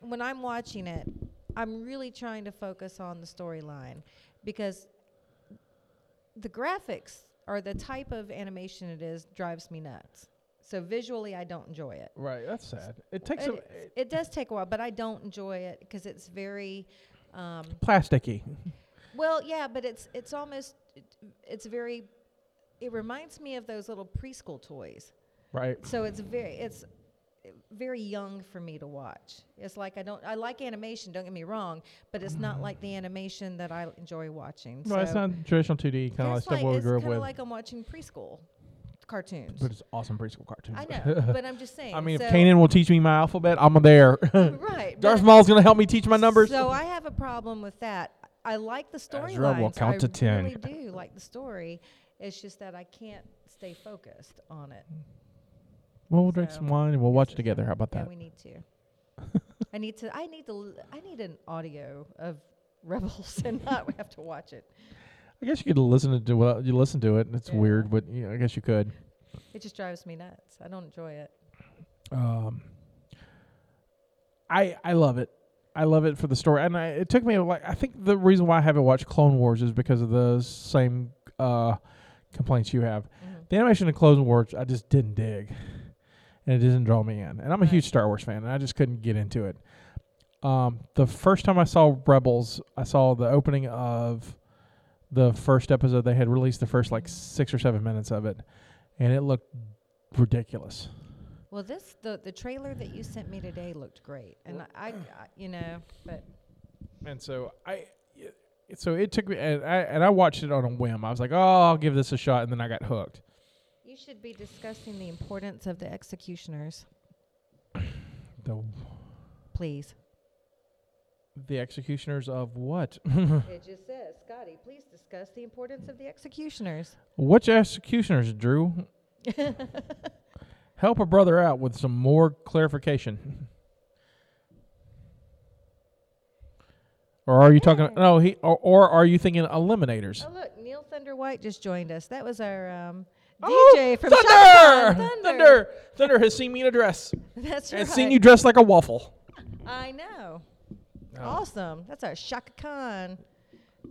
when I'm watching it, I'm really trying to focus on the storyline because the graphics or the type of animation it is drives me nuts. So visually, I don't enjoy it. Right. That's sad. It takes a It, it does take a while, but I don't enjoy it because it's very, um, plasticky. well, yeah, but it's it's almost it- it's very. It reminds me of those little preschool toys. Right. So it's very it's very young for me to watch. It's like I don't I like animation, don't get me wrong, but it's not like the animation that I enjoy watching. No, it's So not traditional 2D kind of like that's stuff what we it's grew up kinda with, like I'm watching preschool cartoons. but it's awesome preschool cartoons. I know, but I'm just saying. I mean, so, if Kanan will teach me my alphabet, I'm there. right? but- Darth Maul's gonna help me teach my numbers. So I have a problem with that. I like the story. Ezra will count to 10. I really do like the story. It's just that I can't stay focused on it. well, we'll drink so- some wine and we'll watch together. How about Yeah, that? we need to. I need to. I need to. l- I need an audio of Rebels and not have to watch it. I guess you could listen to do well, you listen to it. It's Yeah. weird, but you know, I guess you could. It just drives me nuts. I don't enjoy it. Um, I I love it. I love it for the story, and I, it took me like I think the reason why I haven't watched Clone Wars is because of the same uh, complaints you have. The animation in Clone Wars I just didn't dig, and it didn't draw me in. And I'm a huge Star Wars fan, and I just couldn't get into it. Um, the first time I saw Rebels, I saw the opening of the first episode. They had released the first like six or seven minutes of it, and it looked ridiculous. Well, this the the trailer that you sent me today looked great, and I, I you know, but And so I, y- so it took me, and I, and I watched it on a whim. I was like, oh, I'll give this a shot, and then I got hooked. you should be discussing the importance of the executioners, The please. the executioners of what? It just says, Scotty, please discuss the importance of the executioners. Which executioners, Drew? Help a brother out with some more clarification. Or are you talking? No, he. Or, or are you thinking eliminators? Oh look, Neil Thunder White just joined us. That was our um, Oh, DJ from Shaka Thunder! Khan, Thunder, Thunder has seen me in a dress That's and right. seen you dressed like a waffle. I know. Oh. Awesome. That's our Shaka Khan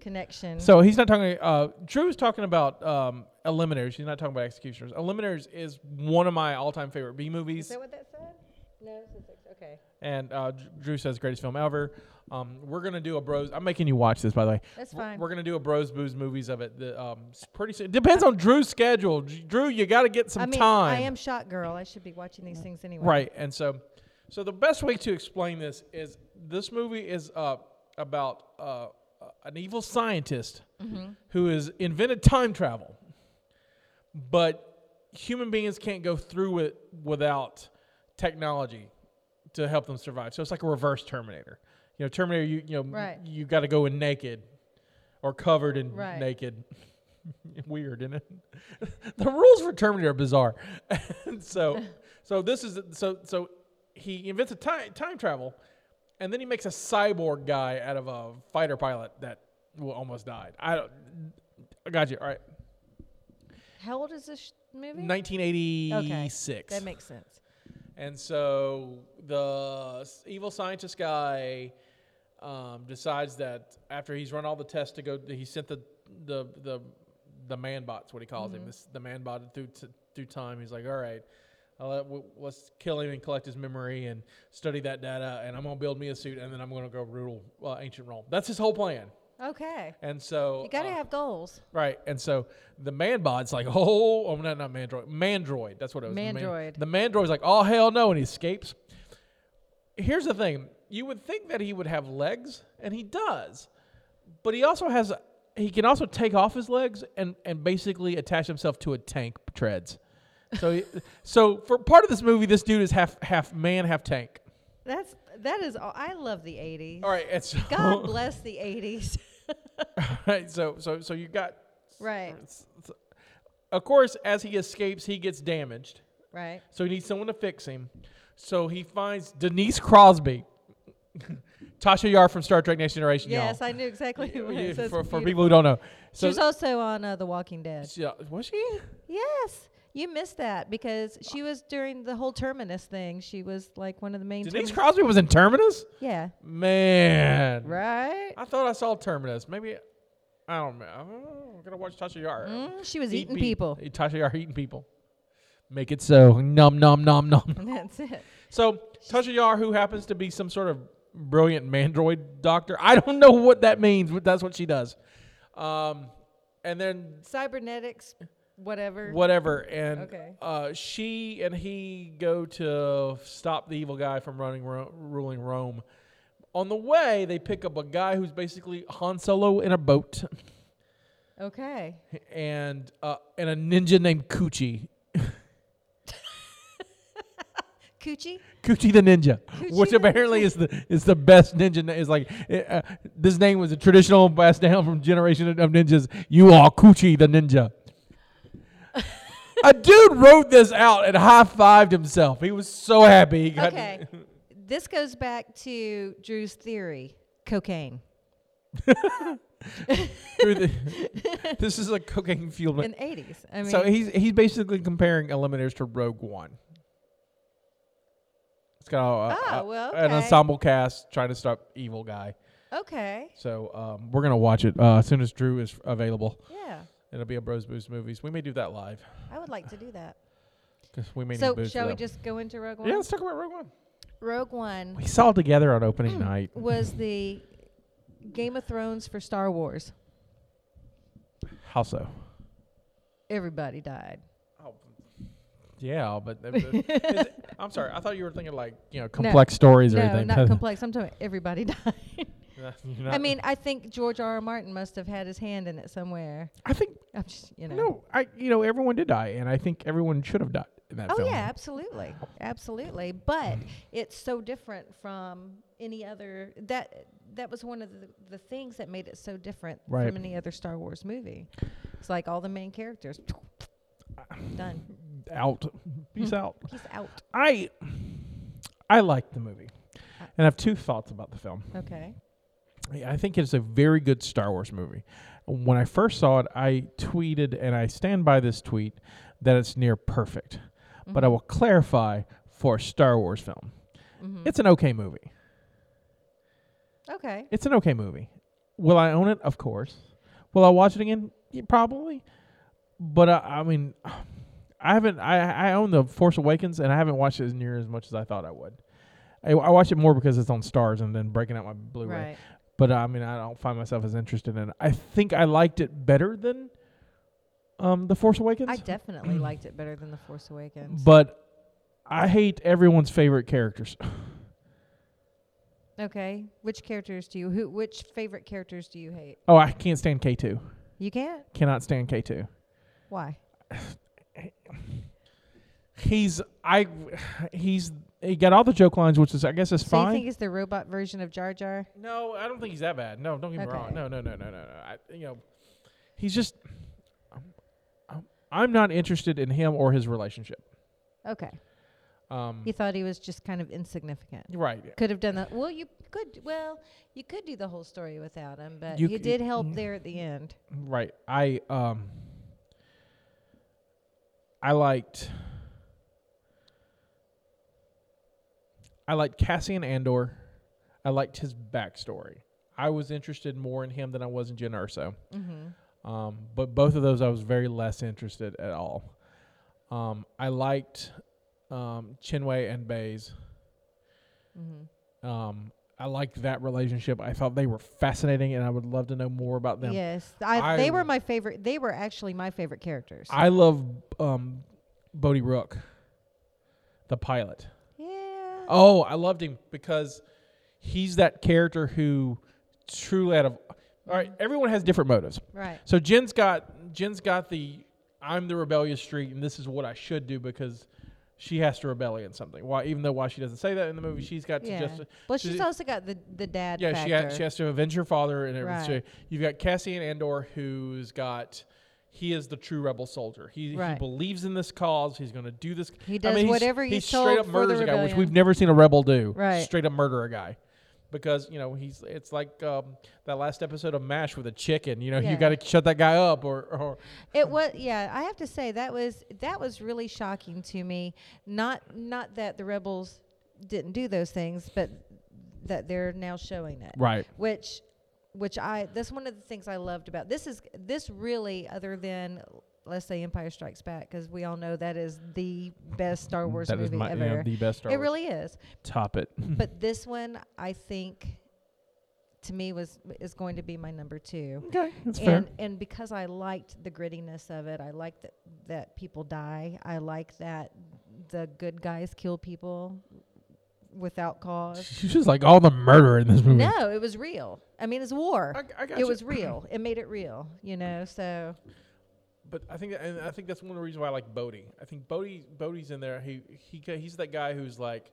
connection. So he's not talking. Uh, Drew's talking about um, Eliminators. He's not talking about Executioners. Eliminators is one of my all-time favorite B is movies, that what that said? No, this is ex- okay. and uh, Dr- Drew says greatest film ever. Um, we're gonna do a bros. I'm making you watch this, by the way. That's W- fine. We're gonna do a bros booze movies of it. The, um, s- pretty soon. Depends on Drew's schedule. Dr- Drew, you got to get some I mean, time. I am shot girl. I should be watching these things anyway. Right, and so, so the best way to explain this is this movie is uh, about uh, an evil scientist Mm-hmm. who has invented time travel, but human beings can't go through it without technology to help them survive. So it's like a reverse Terminator. You know, Terminator, you you know, Right. you got to go in naked or covered in Right. naked. Weird, isn't it? the rules for Terminator are bizarre. and so, so this is so so he invents a time time travel, and then he makes a cyborg guy out of a fighter pilot that well, almost died. I don't. I got you. All right. How old is this sh- movie? 1986. That makes sense. And so the s- evil scientist guy um, decides that after he's run all the tests to go, he sent the the the the man bots, what he calls him, this, the man bot through t- through time. He's like, all right. I'll let, w- let's kill him and collect his memory and study that data, and I'm gonna build me a suit, and then I'm gonna go rule uh, ancient Rome. That's his whole plan. Okay. And so You got to uh, have goals. Right, and so the manbot's like, oh, oh, not not mandroid, mandroid. That's what it was. the man- Mandroid. The mandroid's like, oh hell no, and he escapes. Here's the thing: you would think that he would have legs, and he does, but he also has. He can also take off his legs and and basically attach himself to a tank treads. So, he- so for part of this movie, this dude is half half man, half tank. That's that is. All, I love the '80s. All right, and so, God bless the '80s. right, so so so you got. right. Of course, as he escapes, he gets damaged. Right. So he needs someone to fix him. So he finds Denise Crosby, Tasha Yar from Star Trek Next Generation. y'all. Yes, I knew exactly who it was. That's for, for beautiful. people who don't know. she So was also on uh, The Walking Dead. she- uh, was she? Yes, You missed that because she was during the whole Terminus thing. She was like one of the main. Denise Termin- Crosby was in Terminus? yeah. Man. Right. I thought I saw Terminus. Maybe I don't know. I'm gonna watch Tasha Yar. Mm, she was Eat eating meat. people. Eh, Tasha Yar eating people. Make it so. Nom nom nom nom. That's it. So Tasha Yar, who happens to be some sort of brilliant mandroid doctor, I don't know what that means, but that's what she does. Um, and then Cybernetics, whatever. whatever, and Okay. uh, she and he go to stop the evil guy from running Ro- ruling Rome. On the way, they pick up a guy who's basically Han Solo in a boat, Okay. and uh, and a ninja named Coochie. Coochie. Coochie the Ninja, which the apparently is the is the best ninja. na- Is like eh, uh, this name was a traditional passed down from generation of of ninjas. You are Coochie the Ninja. a dude wrote this out and high fived himself. He was so happy. He got Okay. this goes back to Drew's theory. Cocaine. through the, this is a cocaine fueled. in the 80s. I mean, so he's he's basically comparing Eliminators to Rogue One. It's got a, Ah, a- well, an okay. ensemble cast trying to stop evil guy. okay, So um, we're gonna watch it uh, as soon as Drew is available. yeah, It'll be a Bros Boost movies. We may do that live I would like to do that. 'cause we may need So booze. for shall we that. just go into Rogue One? Yeah, let's talk about Rogue One. Rogue One We saw it together on opening Mm. night. was the Game of Thrones for Star Wars. How so? Everybody died. Yeah, but but- is it- I'm sorry. I thought you were thinking like you know complex stories or No, anything. not complex. I'm talking about everybody died. You're I not- mean, I think George R. R. Martin must have had his hand in it somewhere. I think I'm just, you know. no. I you know everyone did die, and I think everyone should have died in that Oh film. yeah, absolutely, absolutely. But it's so different from any other that that was one of the, the things that made it so different Right. from any other Star Wars movie. It's like all the main characters done. Hmm. Out. Peace out. He's out. I I liked the movie, Uh. and I have two thoughts about the film. Okay. I I think it's a very good Star Wars movie. When I first saw it, I tweeted, and I stand by this tweet, that it's near perfect. But I will clarify for a Star Wars film, Mm. it's an okay movie. Mm-hmm. Okay. It's an okay movie. Will I own it? Of course. Will I watch it again? Yeah, probably. But uh, I mean, I haven't. I I own the Force Awakens, and I haven't watched it as near as much as I thought I would. I, I watch it more because it's on Stars, and then breaking out my Blu-ray Right. but uh, I mean, I don't find myself as interested in it. I think I liked it better than um, The Force Awakens, I definitely liked it better than The Force Awakens. Mm. but I hate everyone's favorite characters. Okay. Which characters do you who which favorite characters do you hate? oh, I can't stand K two. You can't? Cannot stand K two. Why? He's I he's he got all the joke lines, which is I guess is So you fine. think it's the robot version of Jar Jar? no, I don't think he's that bad. No, don't get me wrong. Okay. No, no, no, no, no, no. I, you know, he's just. I'm- I'm- I'm not interested in him or his relationship. Okay. Um, You thought he was just kind of insignificant. right. Could have done that. Well, you could. Well, you could do the whole story without him, but You Mm. you, c- did help there at the end. Right. I um I liked I liked Cassian Andor. I liked his backstory. I was interested more in him than I was in Jyn Erso. Mm-hmm. Um, but both of those I was very less interested at all. Um, I liked um, Chinwei and Baze. Mm-hmm. Um, I liked that relationship. I thought they were fascinating, and I would love to know more about them. Yes, I, they I- were my favorite. They were actually my favorite characters. I love um, Bodie Rook, the pilot. yeah. Oh, I loved him because he's that character who truly out of all right. Everyone has different motives. Right. So Jen's got Jen's got the I'm the rebellious streak, and this is what I should do because she has to rebel against something. Why, even though why she doesn't say that in the movie, she's got to Yeah. just. well, she's she- also got the the dad. yeah, factor. she, ha- she has to avenge her father and everything. Right. So you've got Cassian Andor, who's got he is the true rebel soldier. He, he Right. believes in this cause. He's going to do this. He I does mean, he's- whatever he he's straight told up for the murders a guy, which rebellion. we've never seen a rebel do. Right. straight up murder a guy. because you know he's it's like um, that last episode of Mash with a chicken. You know Yeah. you got to shut that guy up or, or It was yeah, I have to say that was that was really shocking to me. Not not that the rebels didn't do those things, but that they're now showing it. right. Which which I that's one of the things I loved about this is this really other than let's say Empire Strikes Back because we all know that is the best Star Wars That is movie my you ever. know, the best. Star it Wars. Mm-hmm. really is. top it. but this one I think to me was is going to be my number 2 okay, that's fair. and and because I liked the grittiness of it, I liked that that people die. I like that the good guys kill people without cause. She's just like all the murder in this movie. No, it was real. I mean, it's war. I, I got it was real. It made it real. You know, so But I think, and I think that's one of the reasons why I like Bodie. I think Bodie, Bodie's in there. He, he, ca- he's that guy who's like,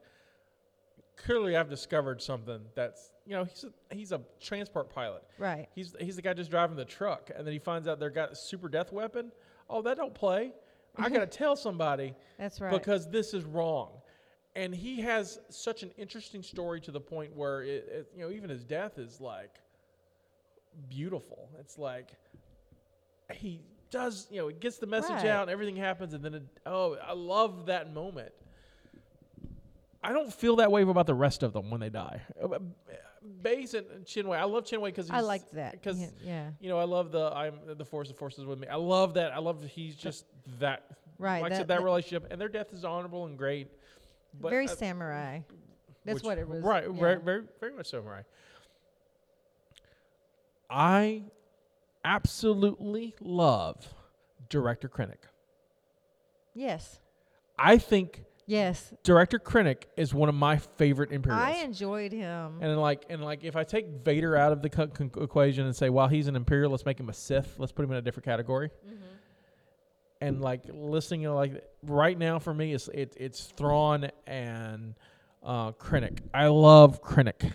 clearly I've discovered something that's, you know, he's a, he's a transport pilot. right. He's, he's the guy just driving the truck, and then he finds out they've got a super death weapon. Oh, that don't play. I gotta tell somebody That's right. because this is wrong. And he has such an interesting story to the point where it, it you know, even his death is like beautiful. It's like he does, you know, it gets the message Right. out, everything happens, and then it, oh, I love that moment. I don't feel that way about the rest of them when they die. Uh, uh, Baze and and Chinwei, I love Chinwei because I liked that. because Yeah, yeah. you know I love the I'm the force of forces with me. I love that. I love he's just that Right, Like I said, that- that that- relationship and their death is honorable and great. But Very uh, samurai. That's which- what it was. Right, yeah. very, very, very much so, Mariah. I absolutely love director Krennic. Yes. I think Yes. director Krennic is one of my favorite Imperials. I enjoyed him. and like, and like, if I take Vader out of the co- con- equation and say, "Well, he's an Imperial. Let's make him a Sith. Let's put him in a different category." Mm-hmm. And like listening, to like right now for me, it's it, it's Thrawn and uh, Krennic. I love Krennic.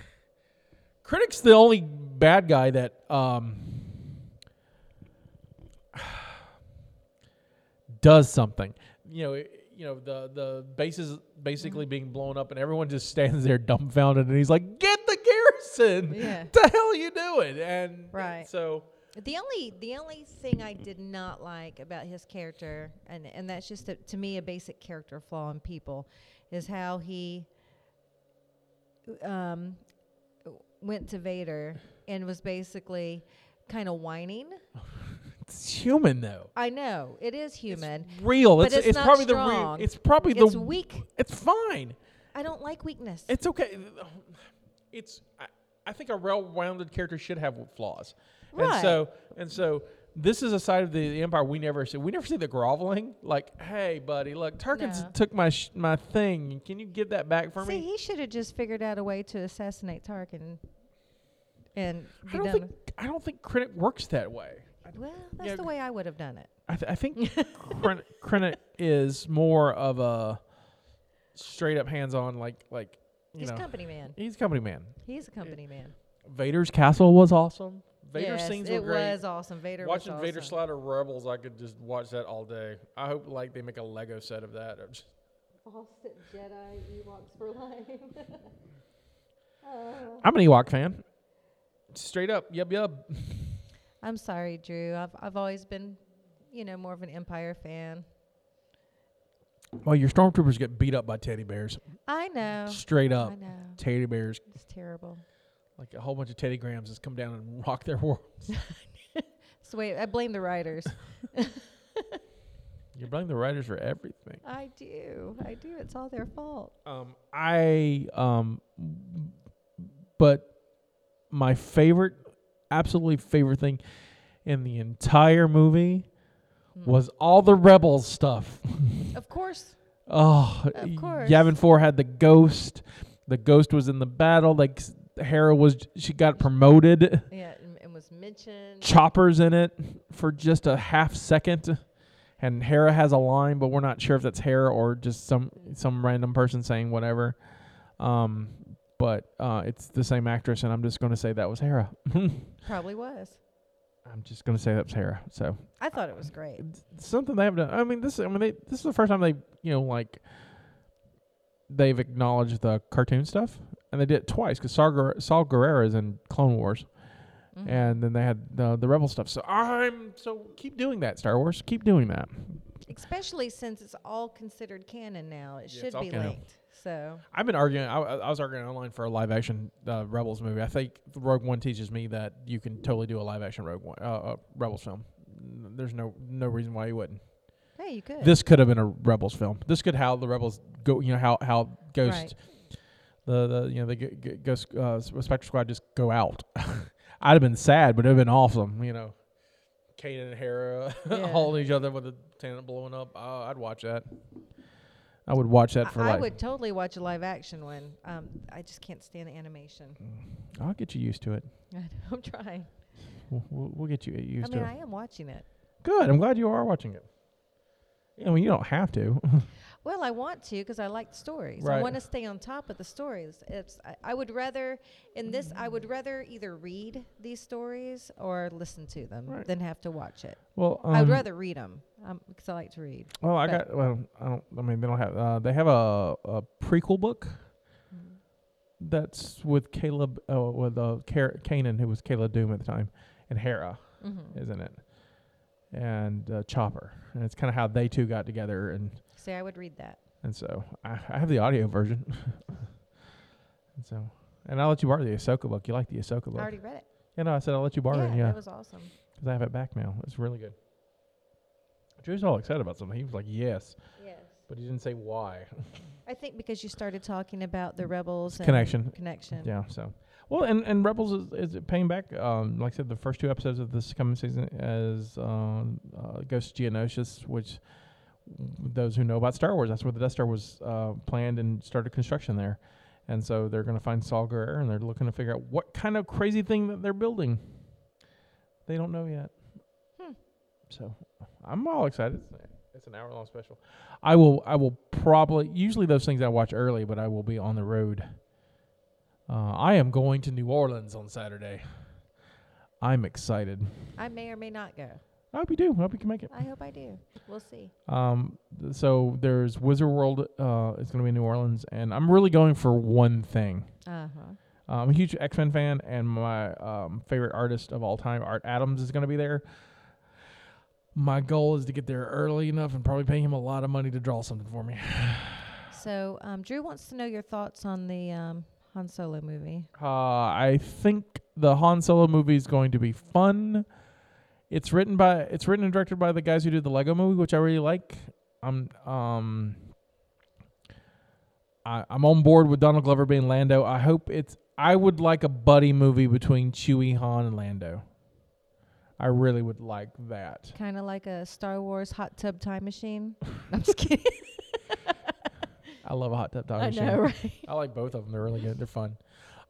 Krennic's the only bad guy that um, does something. You know, it- you know the the base is basically being blown up, and everyone just stands there dumbfounded, and he's like, "Get the garrison! Yeah. the hell are you doing?" And Right. so The only the only thing I did not like about his character, and and that's just a, to me a basic character flaw in people, is how he um, went to Vader and was basically kind of whining. it's human though. I know it is human. Real. But it's it's it's, not probably the strong. real. It's probably It's the weak. It's fine. I don't like weakness. It's okay. It's I, I think a well-rounded character should have flaws, and Right. so and so this is a side of the, the empire we never see. We never see the groveling. Like, hey, buddy, look, Tarkin's No. took my sh- my thing. Can you give that back for See, me? he should have just figured out a way to assassinate Tarkin, and I be don't done. think with- I don't think Krennic works that way. I, well, that's Yeah, the g- way I would have done it. I, th- I think Kren- Krennic is more of a straight up hands on like like you He's know company man. he's a company man. He's a company man. Vader's castle was awesome. Vader's yes, scenes were it great. was awesome. Vader was Watching Vader awesome. Slaughter Rebels, I could just watch that all day. I hope like they make a Lego set of that. I'm just- Offset Jedi Ewoks for life. Uh. I'm an Ewok fan. Straight up, yep, yep. I'm sorry, Drew. I've I've always been, you know, more of an Empire fan. Well, your stormtroopers get beat up by teddy bears. I know. Straight up, Oh. I know. teddy bears, It's terrible. like a whole bunch of teddy grams, just come down and rock their world. So wait, I blame the writers. You blame the writers for everything. I do. I do. It's all their fault. Um, I um, but my favorite, absolutely favorite thing in the entire movie Hmm. was all the rebels stuff. Of course. Oh, Of y- course. Yavin Four had the ghost. The ghost was in the battle. Like s- Hera was, she got promoted. Yeah, and, and was mentioned. Chopper's in it for just a half second, and Hera has a line, but we're not sure if that's Hera or just some some random person saying whatever. Um, but uh, it's the same actress, and I'm just going to say that was Hera. I'm Probably was. just going to say that was Hera. So I thought it was great. something they haven't done. I mean, this. I mean, they, this is the first time they, you know, like they've acknowledged the cartoon stuff. and they did it twice because Saul, Guer- Saul Guerrero is in Clone Wars, Mm-hmm. and then they had the the Rebel stuff. So I'm so keep doing that, Star Wars. Keep doing that. Especially since it's all considered canon now. It should all be canon. linked. So I've been arguing. I, I was arguing online for a live action uh, Rebels movie. I think Rogue One teaches me that you can totally do a live action Rogue One uh, uh, Rebels film. N- There's no no reason why you wouldn't. hey, you could. This could have been a Rebels film. This could how the Rebels go. You know how how Ghost, Right. the the you know the g- g- Ghost uh, S- Spectre Squad just go out. I'd have been sad, but it'd have been awesome. You know, Kanan and Hera Yeah. holding each other with the planet blowing up. Uh, I'd watch that. I would watch that I- for I life. would totally watch a live action one. Um, I just can't stand the animation. Mm. I'll get you used to it. I know, I'm trying. We'll, we'll, we'll get you I used mean, to I it. am watching it. Good. I'm glad you are watching it. I mean, you don't have to. Well, I want to because I like the stories. Right. I want to stay on top of the stories. It's I, I would rather in this I would rather either read these stories or listen to them Right. than have to watch it. well, um, I'd rather read them because I like to read. Well, I but- got. Well, I don't. I mean, they don't have. Uh, they have a, a prequel book. Mm-hmm. That's with Caleb, uh, with uh, Car- Kanan, who was Caleb Doom at the time, and Hera, Mm-hmm. isn't it? And uh, Chopper, and it's kind of how they two got together, and See, I would read that. and so I, I have the audio version, and so and I'll let you borrow the Ahsoka book. You like the Ahsoka book? I already read it. Yeah, no, I said I'll let you borrow yeah, it. Yeah, that was awesome. because I have it back now. It's really good. Drew's all excited about something. He was like, "Yes," Yes. but he didn't say why. I think because you started talking about the rebels and Connection. connection. Yeah. So, well, and and Rebels is, is paying back. Um, like I said, the first two episodes of this coming season is um, uh, Ghost of Geonosis, which those who know about Star Wars, that's where the Death Star was uh, planned and started construction there. And so they're going to find Saul Guerrero, and they're looking to figure out what kind of crazy thing that they're building. They don't know yet. So I'm all excited. It's- It's an hour long special. I will. I will probably. Usually those things I watch early, but I will be on the road. Uh, I am going to New Orleans on Saturday. I'm excited. I may or may not go. I hope you do. I hope you can make it. I hope I do. We'll see. Um, th- so there's Wizard World. Uh, it's going to be in New Orleans, and I'm really going for one thing. Uh huh. Uh, I'm a huge X Men fan, and my um, favorite artist of all time, Art Adams, is going to be there. My goal is to get there early enough and probably pay him a lot of money to draw something for me. So um, Drew wants to know your thoughts on the um, Han Solo movie. Uh, I think the Han Solo movie is going to be fun. It's written by it's written and directed by the guys who did the Lego movie, which I really like. I'm um I, I'm on board with Donald Glover being Lando. I hope it's I would like a buddy movie between Chewie, Han, and Lando. I really would like that. Kind of like a Star Wars hot tub time machine. I'm just kidding. I love a hot tub dog. I machine. know, right? I like both of them. They're really good. They're fun.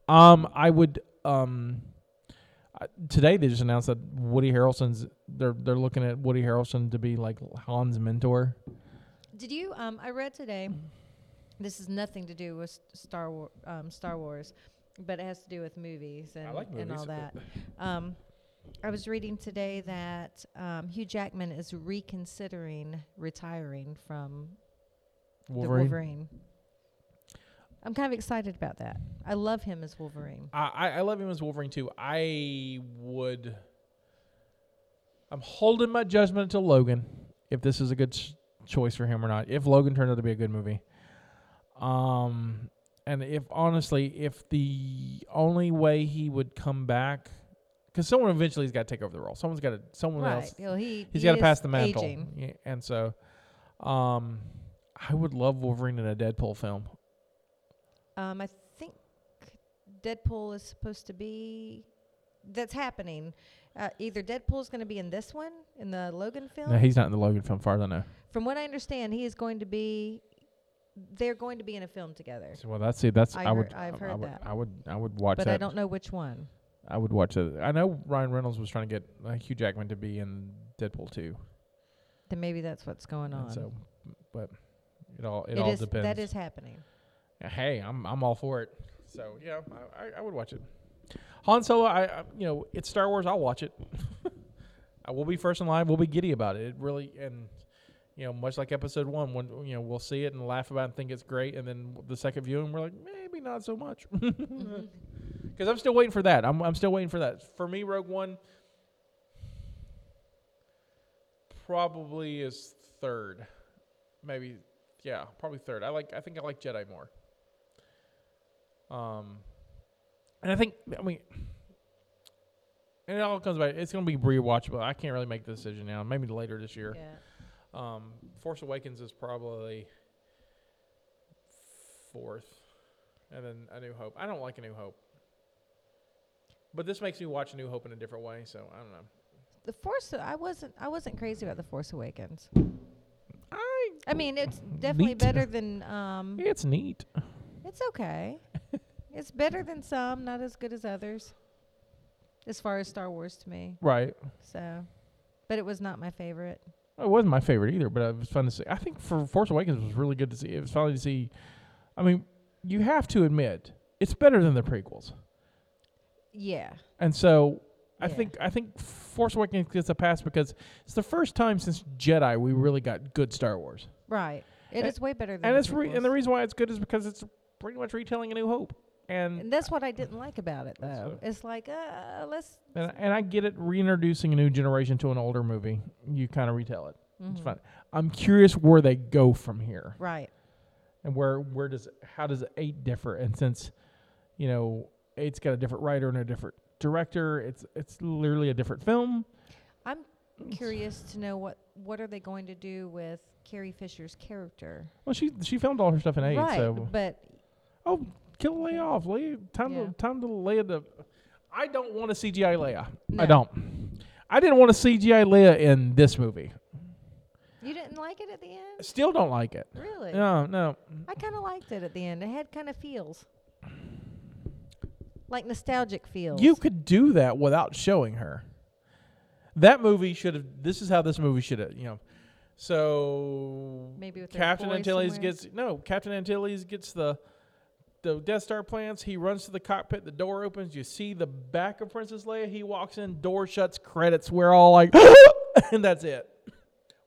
Um, I would um, I, today they just announced that Woody Harrelson's they're they're looking at Woody Harrelson to be like Han's mentor. Did you? Um, I read today. This is nothing to do with s- Star War, um, Star Wars, but it has to do with movies and, like and all movies. that. Um, I was reading today that um, Hugh Jackman is reconsidering retiring from the Wolverine. I'm kind of excited about that. I love him as Wolverine. I, I I love him as Wolverine too. I would. I'm holding my judgment until Logan, if this is a good ch- choice for him or not. If Logan turned out to be a good movie, um, and if honestly, if the only way he would come back, because someone eventually has got to take over the role. Someone's got to. Someone Right. else. Well, he He's he got to is pass the mantle. aging. Yeah, and so, um, I would love Wolverine in a Deadpool film. Um, I think Deadpool is supposed to be. That's happening. Uh, either Deadpool's going to be in this one, in the Logan film. No, he's not in the Logan film, far as I know. From what I understand, he is going to be. They're going to be in a film together, So, well, that's it. That's I, I would. heard- I've I- I heard would, that. I would. I would watch but that. I don't know which one. I would watch that. I know Ryan Reynolds was trying to get uh, Hugh Jackman to be in Deadpool too. Then maybe that's what's going on. And so, but it all it, It all is- depends. That is happening. Hey, I'm I'm all for it. So yeah, I, I, I would watch it. Han Solo, I, I you know it's Star Wars. I'll watch it. I will be first in line. We'll be giddy about it. It really and you know, much like episode one, when you know we'll see it and laugh about it and think it's great, and then the second viewing we're like, maybe not so much, because I'm still waiting for that. I'm I'm still waiting for that. For me, Rogue One probably is third, maybe yeah, probably third. I like I think I like Jedi more. Um, and I think I mean. And it all comes back. It's going to be rewatchable. I can't really make the decision now. Maybe later this year. Yeah. Um, Force Awakens is probably fourth, and then A New Hope. I don't like A New Hope, but this makes me watch A New Hope in a different way. So I don't know. The Force. I wasn't. I wasn't crazy about the Force Awakens. I I mean, it's definitely Neat. better than. Um, it's neat. It's okay. it's better than some, not as good as others. As far as Star Wars to me, Right. so, but it was not my favorite. It wasn't my favorite either, but it was fun to see. I think for Force Awakens it was really good to see. It was finally to see. I mean, you have to admit it's better than the prequels, Yeah. and so. I Yeah. think I think Force Awakens gets a pass because it's the first time since Jedi we really got good Star Wars. Right. It A- is way better than. and the it's re- and the prequels. reason why it's good is because it's pretty much retelling a new hope and And that's what I didn't like about it, So- though. It's like, uh, let's. and, and i get it reintroducing a new generation to an older movie you kind of retell it it's Mhm. fun i'm curious where they go from here Right. and where where does how does eight differ and since you know eight's got a different writer and a different director it's it's literally a different film I'm curious to know what what are they going to do with Carrie Fisher's character. well she she filmed all her stuff in eight right. so But oh kill leia off leia time Yeah. to time to leia the i don't want a cgi leia i No. don't i didn't want a cgi leia in this movie you didn't like it at the end, Still don't like it. really? No, no. I kind of liked it at the end. It had kind of feels, like nostalgic feels. You could do that without showing her. That movie should have. This is how this movie should have. You know, so Maybe with their Captain boy Antilles somewhere? gets no. Captain Antilles gets the the Death Star plans. He runs to the cockpit. The door opens. You see the back of Princess Leia. He walks in. Door shuts. Credits. We're all like, and that's it.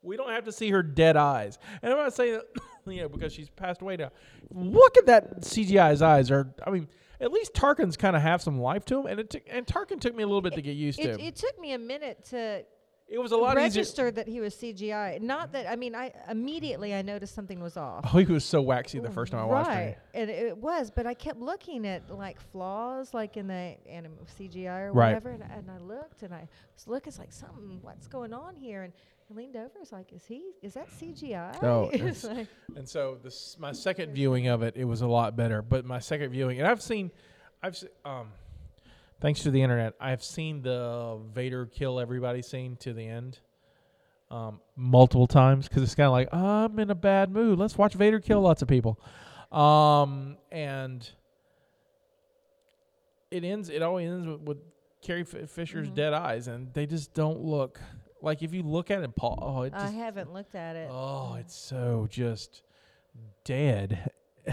We don't have to see her dead eyes. And I'm not saying that, you know, because she's passed away now. Look at that CGI's eyes. Are I mean, at least Tarkin's kind of have some life to him, and it took and Tarkin took me a little bit to get used It, to. it took me a minute to It was a lot easier. register that he was CGI. Not that I mean, I immediately I noticed something was off. Oh, he was so waxy the first time I watched Right, it. and it was, but I kept looking at like flaws, like in the anim- CGI or Right. whatever, and I, and I looked and I was looking, it's like something, what's going on here? And I leaned over, it's like, is he, is that CGI? Oh, it's- it's like, And so this my second viewing of it, it was a lot better. But my second viewing, and I've seen, I've se- um, thanks to the internet, I've seen the Vader kill everybody scene to the end, um, multiple times because it's kind of like I'm in a bad mood. Let's watch Vader kill lots of people, um, and it ends. It always ends with, with Carrie F- Fisher's dead eyes, and they just don't look like if you look at it, Paul. Oh, it I just haven't looked at it. Oh, it's so just dead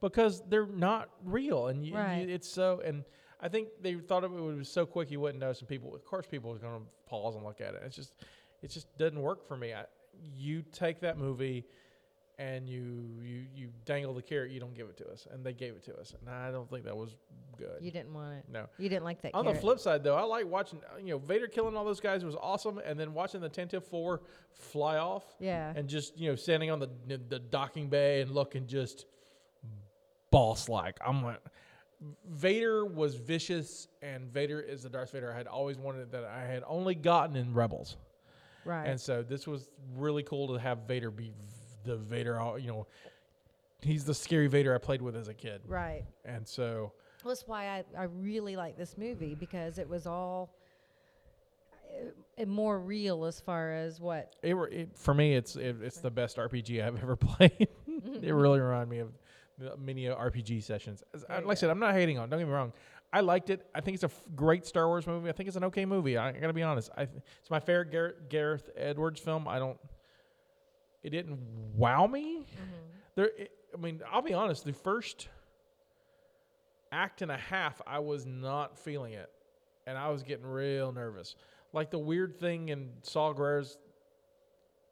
because they're not real, and you, Right. you, it's so. And I think they thought it was so quick you wouldn't notice, and people, of course, people are going to pause and look at it. It's just, it just doesn't work for me. I, you take that movie and you you you dangle the carrot, you don't give it to us, and they gave it to us, and I don't think that was good. You didn't want it. no. You didn't like that. On carrot. the flip side, though, I like watching uh, you know Vader killing all those guys was awesome, and then watching the Tantive Four fly off. Yeah. And just you know standing on the the docking bay and looking just boss like. I'm like, Vader was vicious, and Vader is the Darth Vader I had always wanted that I had only gotten in Rebels, right. and so this was really cool to have Vader be v- the Vader. all- You know, he's the scary Vader I played with as a kid, right. and so. That's why I, I really like this movie because it was all uh, more real as far as what it, re- it for me it's it, it's the best RPG I've ever played. it really reminded me of the many RPG sessions. As- I- like I said, I'm not hating on. it, Don't get me wrong. I liked it. I think it's a f- great Star Wars movie. I think it's an okay movie. I, gotta be honest. I th- it's my favorite Gareth, Gareth Edwards film. I don't. It didn't wow me. There. It, I mean, I'll be honest. The first act and a half, I was not feeling it, and I was getting real nervous. Like the weird thing in Saul Guerrero's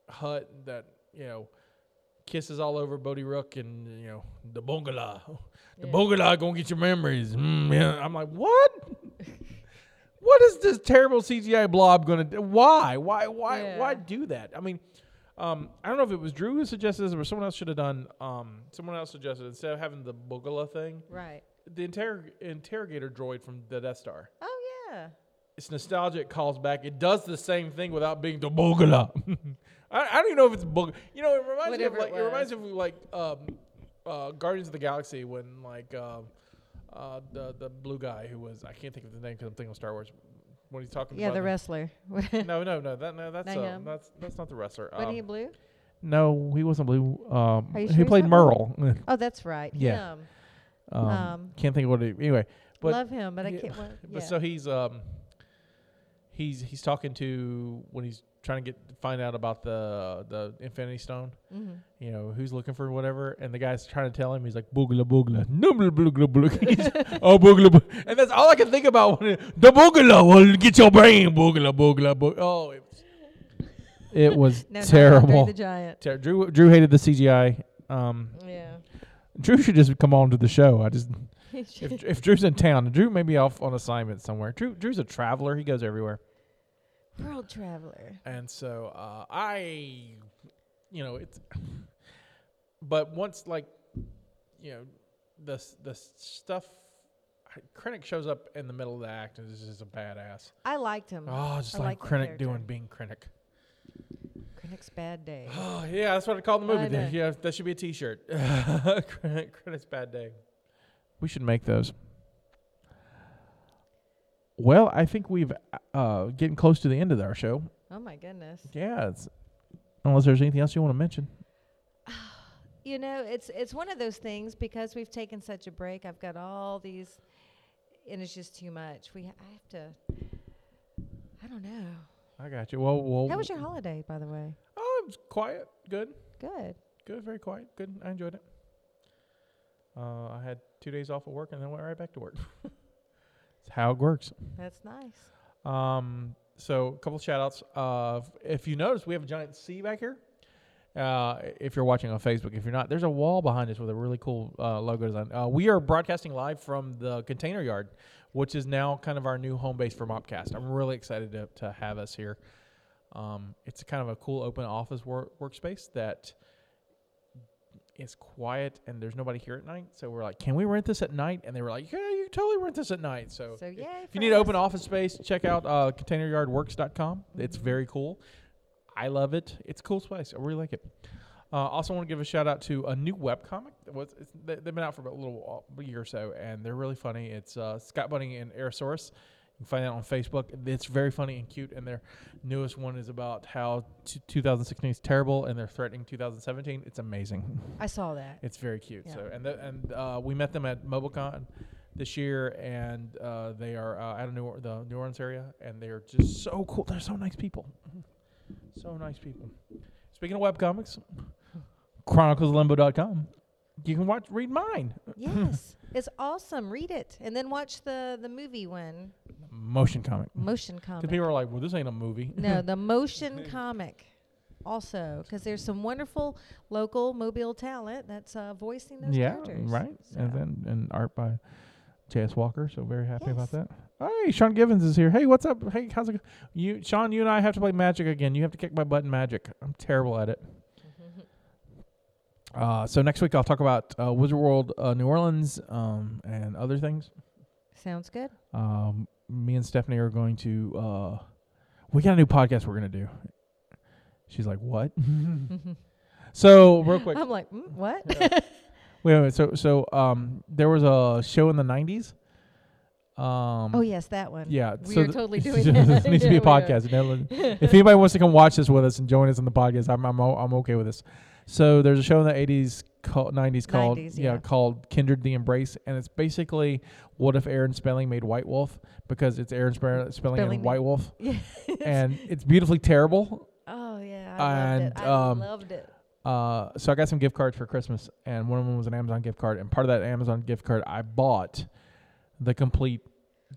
hut that you know, kisses all over Bodie Rook and you know the bungalow. The bungalow gonna get your memories. Mm, yeah. I'm like, what? what is this terrible CGI blob gonna do? Why? Why? Why? Yeah. Why do that? I mean, um, I don't know if it was Drew who suggested this or someone else should have done. Um, someone else suggested instead of having the bungalow thing, Right. the inter- interrogator droid from the Death Star. Oh yeah. It's nostalgia. It calls back. It does the same thing without being the boogaloo. I, I don't even know if it's boog. You know, it reminds Whatever me it of like it, reminds me was. of like um, uh, Guardians of the Galaxy when like um, uh, the the blue guy who was I can't think of the name because I'm thinking of Star Wars when he's talking. Yeah, about the wrestler. Wasn't No, no, no. That no, that's Not uh, him. that's that's not the wrestler. he Um, blue? no, he wasn't blue. Um, Are you he sure he's played not Merle. Oh, that's right. Yeah. Him. um, Um, can't think of what he anyway. But Love him, but I yeah, can't. Well, yeah. But so he's um he's he's talking to when he's trying to get find out about the the Infinity Stone. Mhm. You know who's looking for whatever, and the guy's trying to tell him. He's like boogla boogla, no boogla boogla boogla. He's, oh boogla, boog-" and that's all I can think about. When it, the boogla will get your brain boogla boogla boog. Oh, it was, it was No, not Andre terrible. The giant. Ter- Drew Drew hated the CGI. Um, Yeah. Drew should just come on to the show. I just if, if Drew's in town, Drew may be off on assignment somewhere. Drew Drew's a traveler; he goes everywhere, World traveler. and so uh, I, you know, it's. But once, like, you know, the s- the s- stuff, Krennic shows up in the middle of the act and is just a badass. I liked him. Oh, just Mm. I like, like that Krennic character. doing being Krennic. Krennic's bad day. Oh yeah, that's what I call the movie. I Then. know. Yeah, that should be a T-shirt. Krennic, Krennic's bad day. We should make those. Well, I think we've uh, getting close to the end of our show. Oh my goodness. Yeah, it's, unless there's anything else you want to mention. You know, it's it's one of those things because we've taken such a break. I've got all these, and it's just too much. We I have to. I don't know. I got you. Well, well. How was your holiday, by the way? Oh, it was quiet. Good. Good. Good. Very quiet. Good. I enjoyed it. Uh, I had two days off of work and then went right back to work. It's how it works. That's nice. Um, so a couple shout outs. Uh, if you notice, we have a giant C back here. Uh, if you're watching on Facebook, if you're not, there's a wall behind us with a really cool uh, logo design. Uh, we are broadcasting live from the container yard, which is now kind of our new home base for Mopcast. I'm really excited to, to have us here. Um, it's kind of a cool open office wor- workspace that is quiet and there's nobody here at night. So we're like, can we rent this at night? And they were like, yeah, you can totally rent this at night. So, So i- yay if for you need open us. office space, check out uh, containeryardworks.com. It's very cool. I love it. It's a cool space. I really like it. Uh, also, want to give a shout out to a new webcomic. that was- it's- they- They've been out for about a little while- year or so, and they're really funny. It's uh, Scott Bunny and Aerosaurus. You can find that on Facebook. It's very funny and cute. And their newest one is about how t- 2016 is terrible, and they're threatening 2017. It's amazing. I saw that. It's very cute. Yeah. So and the, and uh, we met them at MobileCon this year, and uh, they are uh, out of New or- the New Orleans area, and they are just so cool. They're so nice people. Mm-hmm. So nice people. Speaking of webcomics, chronicleslimbo.com. You can watch read mine. yes, it's awesome. Read it and then watch the the movie one. Motion comic. Motion Because comic. people are like, well, this ain't a movie. No, the motion comic. Also, because there's some wonderful local Mobile talent that's uh, voicing those yeah, characters. right. And So, then and art by J.S. Walker. So very happy about Yes. that. Hey, Sean Givens is here. Hey, what's up? Hey, how's it go? You, Sean, you and I have to play Magic again. You have to kick my butt in Magic. I'm terrible at it. Uh, so next week I'll talk about uh, Wizard World uh, New Orleans um, and other things. sounds good. Um, me and Stephanie are going to. Uh, we got a new podcast we're gonna do. She's like, "What?" Mm-hmm. so real quick, I'm like, mm, what? Wait, wait, wait, so so um, there was a show in the '90s. Um, oh yes, that one. yeah. we so are th- totally doing This that. needs to be a Yeah, we are. podcast. Now, if anybody wants to come watch this with us and join us on the podcast, I'm I'm, o- I'm okay with this. So there's a show in the '80s, called '90s called 90s, yeah. yeah. called Kindred the Embrace, and it's basically what if Aaron Spelling made White Wolf because it's Aaron Spelling, Spelling Spelling and made- White Wolf, Yeah. and it's beautifully terrible. oh yeah, I loved And, it. I um, loved it. Uh, so I got some gift cards for Christmas, and one of them was an Amazon gift card. And part of that Amazon gift card, I bought uh, the complete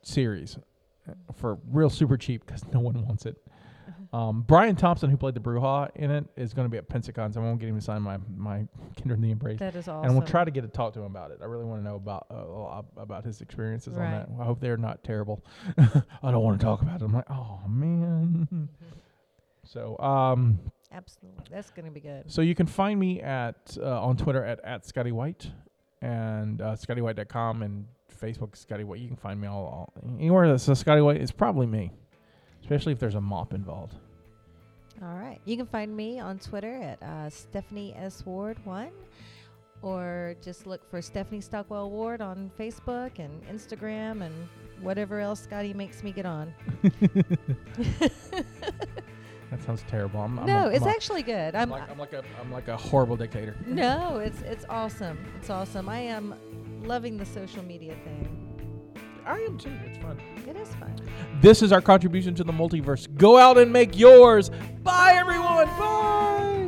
series for real super cheap because no one wants it. Uh-huh. Um, Brian Thompson, who played the Bruja in it, is going to be at Pensacon, so I won't get him to sign my my Kindred in the Embrace. That is And we'll awesome. try to get to talk to him about it. I really want to know about uh, a lot about his experiences on Right. that. I hope they're not terrible. I don't want to talk about it. I'm like, oh man. so, um, Absolutely. That's going to be good. so you can find me at uh, on Twitter at, at Scotty White and uh, ScottyWhite.com and Facebook Scotty White. You can find me all, all anywhere that says Scotty White. It's probably me, especially if there's a mop involved. All right. You can find me on Twitter at uh, Stephanie S. Ward 1 or just look for Stephanie Stockwell Ward on Facebook and Instagram and whatever else Scotty makes me get on. That sounds terrible. I'm, I'm no, a, it's I'm a- actually good. I'm I'm, like, I'm like a I'm like a horrible dictator. no, it's it's awesome. It's awesome. I am loving the social media thing. I am too. It's fun. It is fun. This is our contribution to the multiverse. Go out and make yours. Bye, everyone. Bye.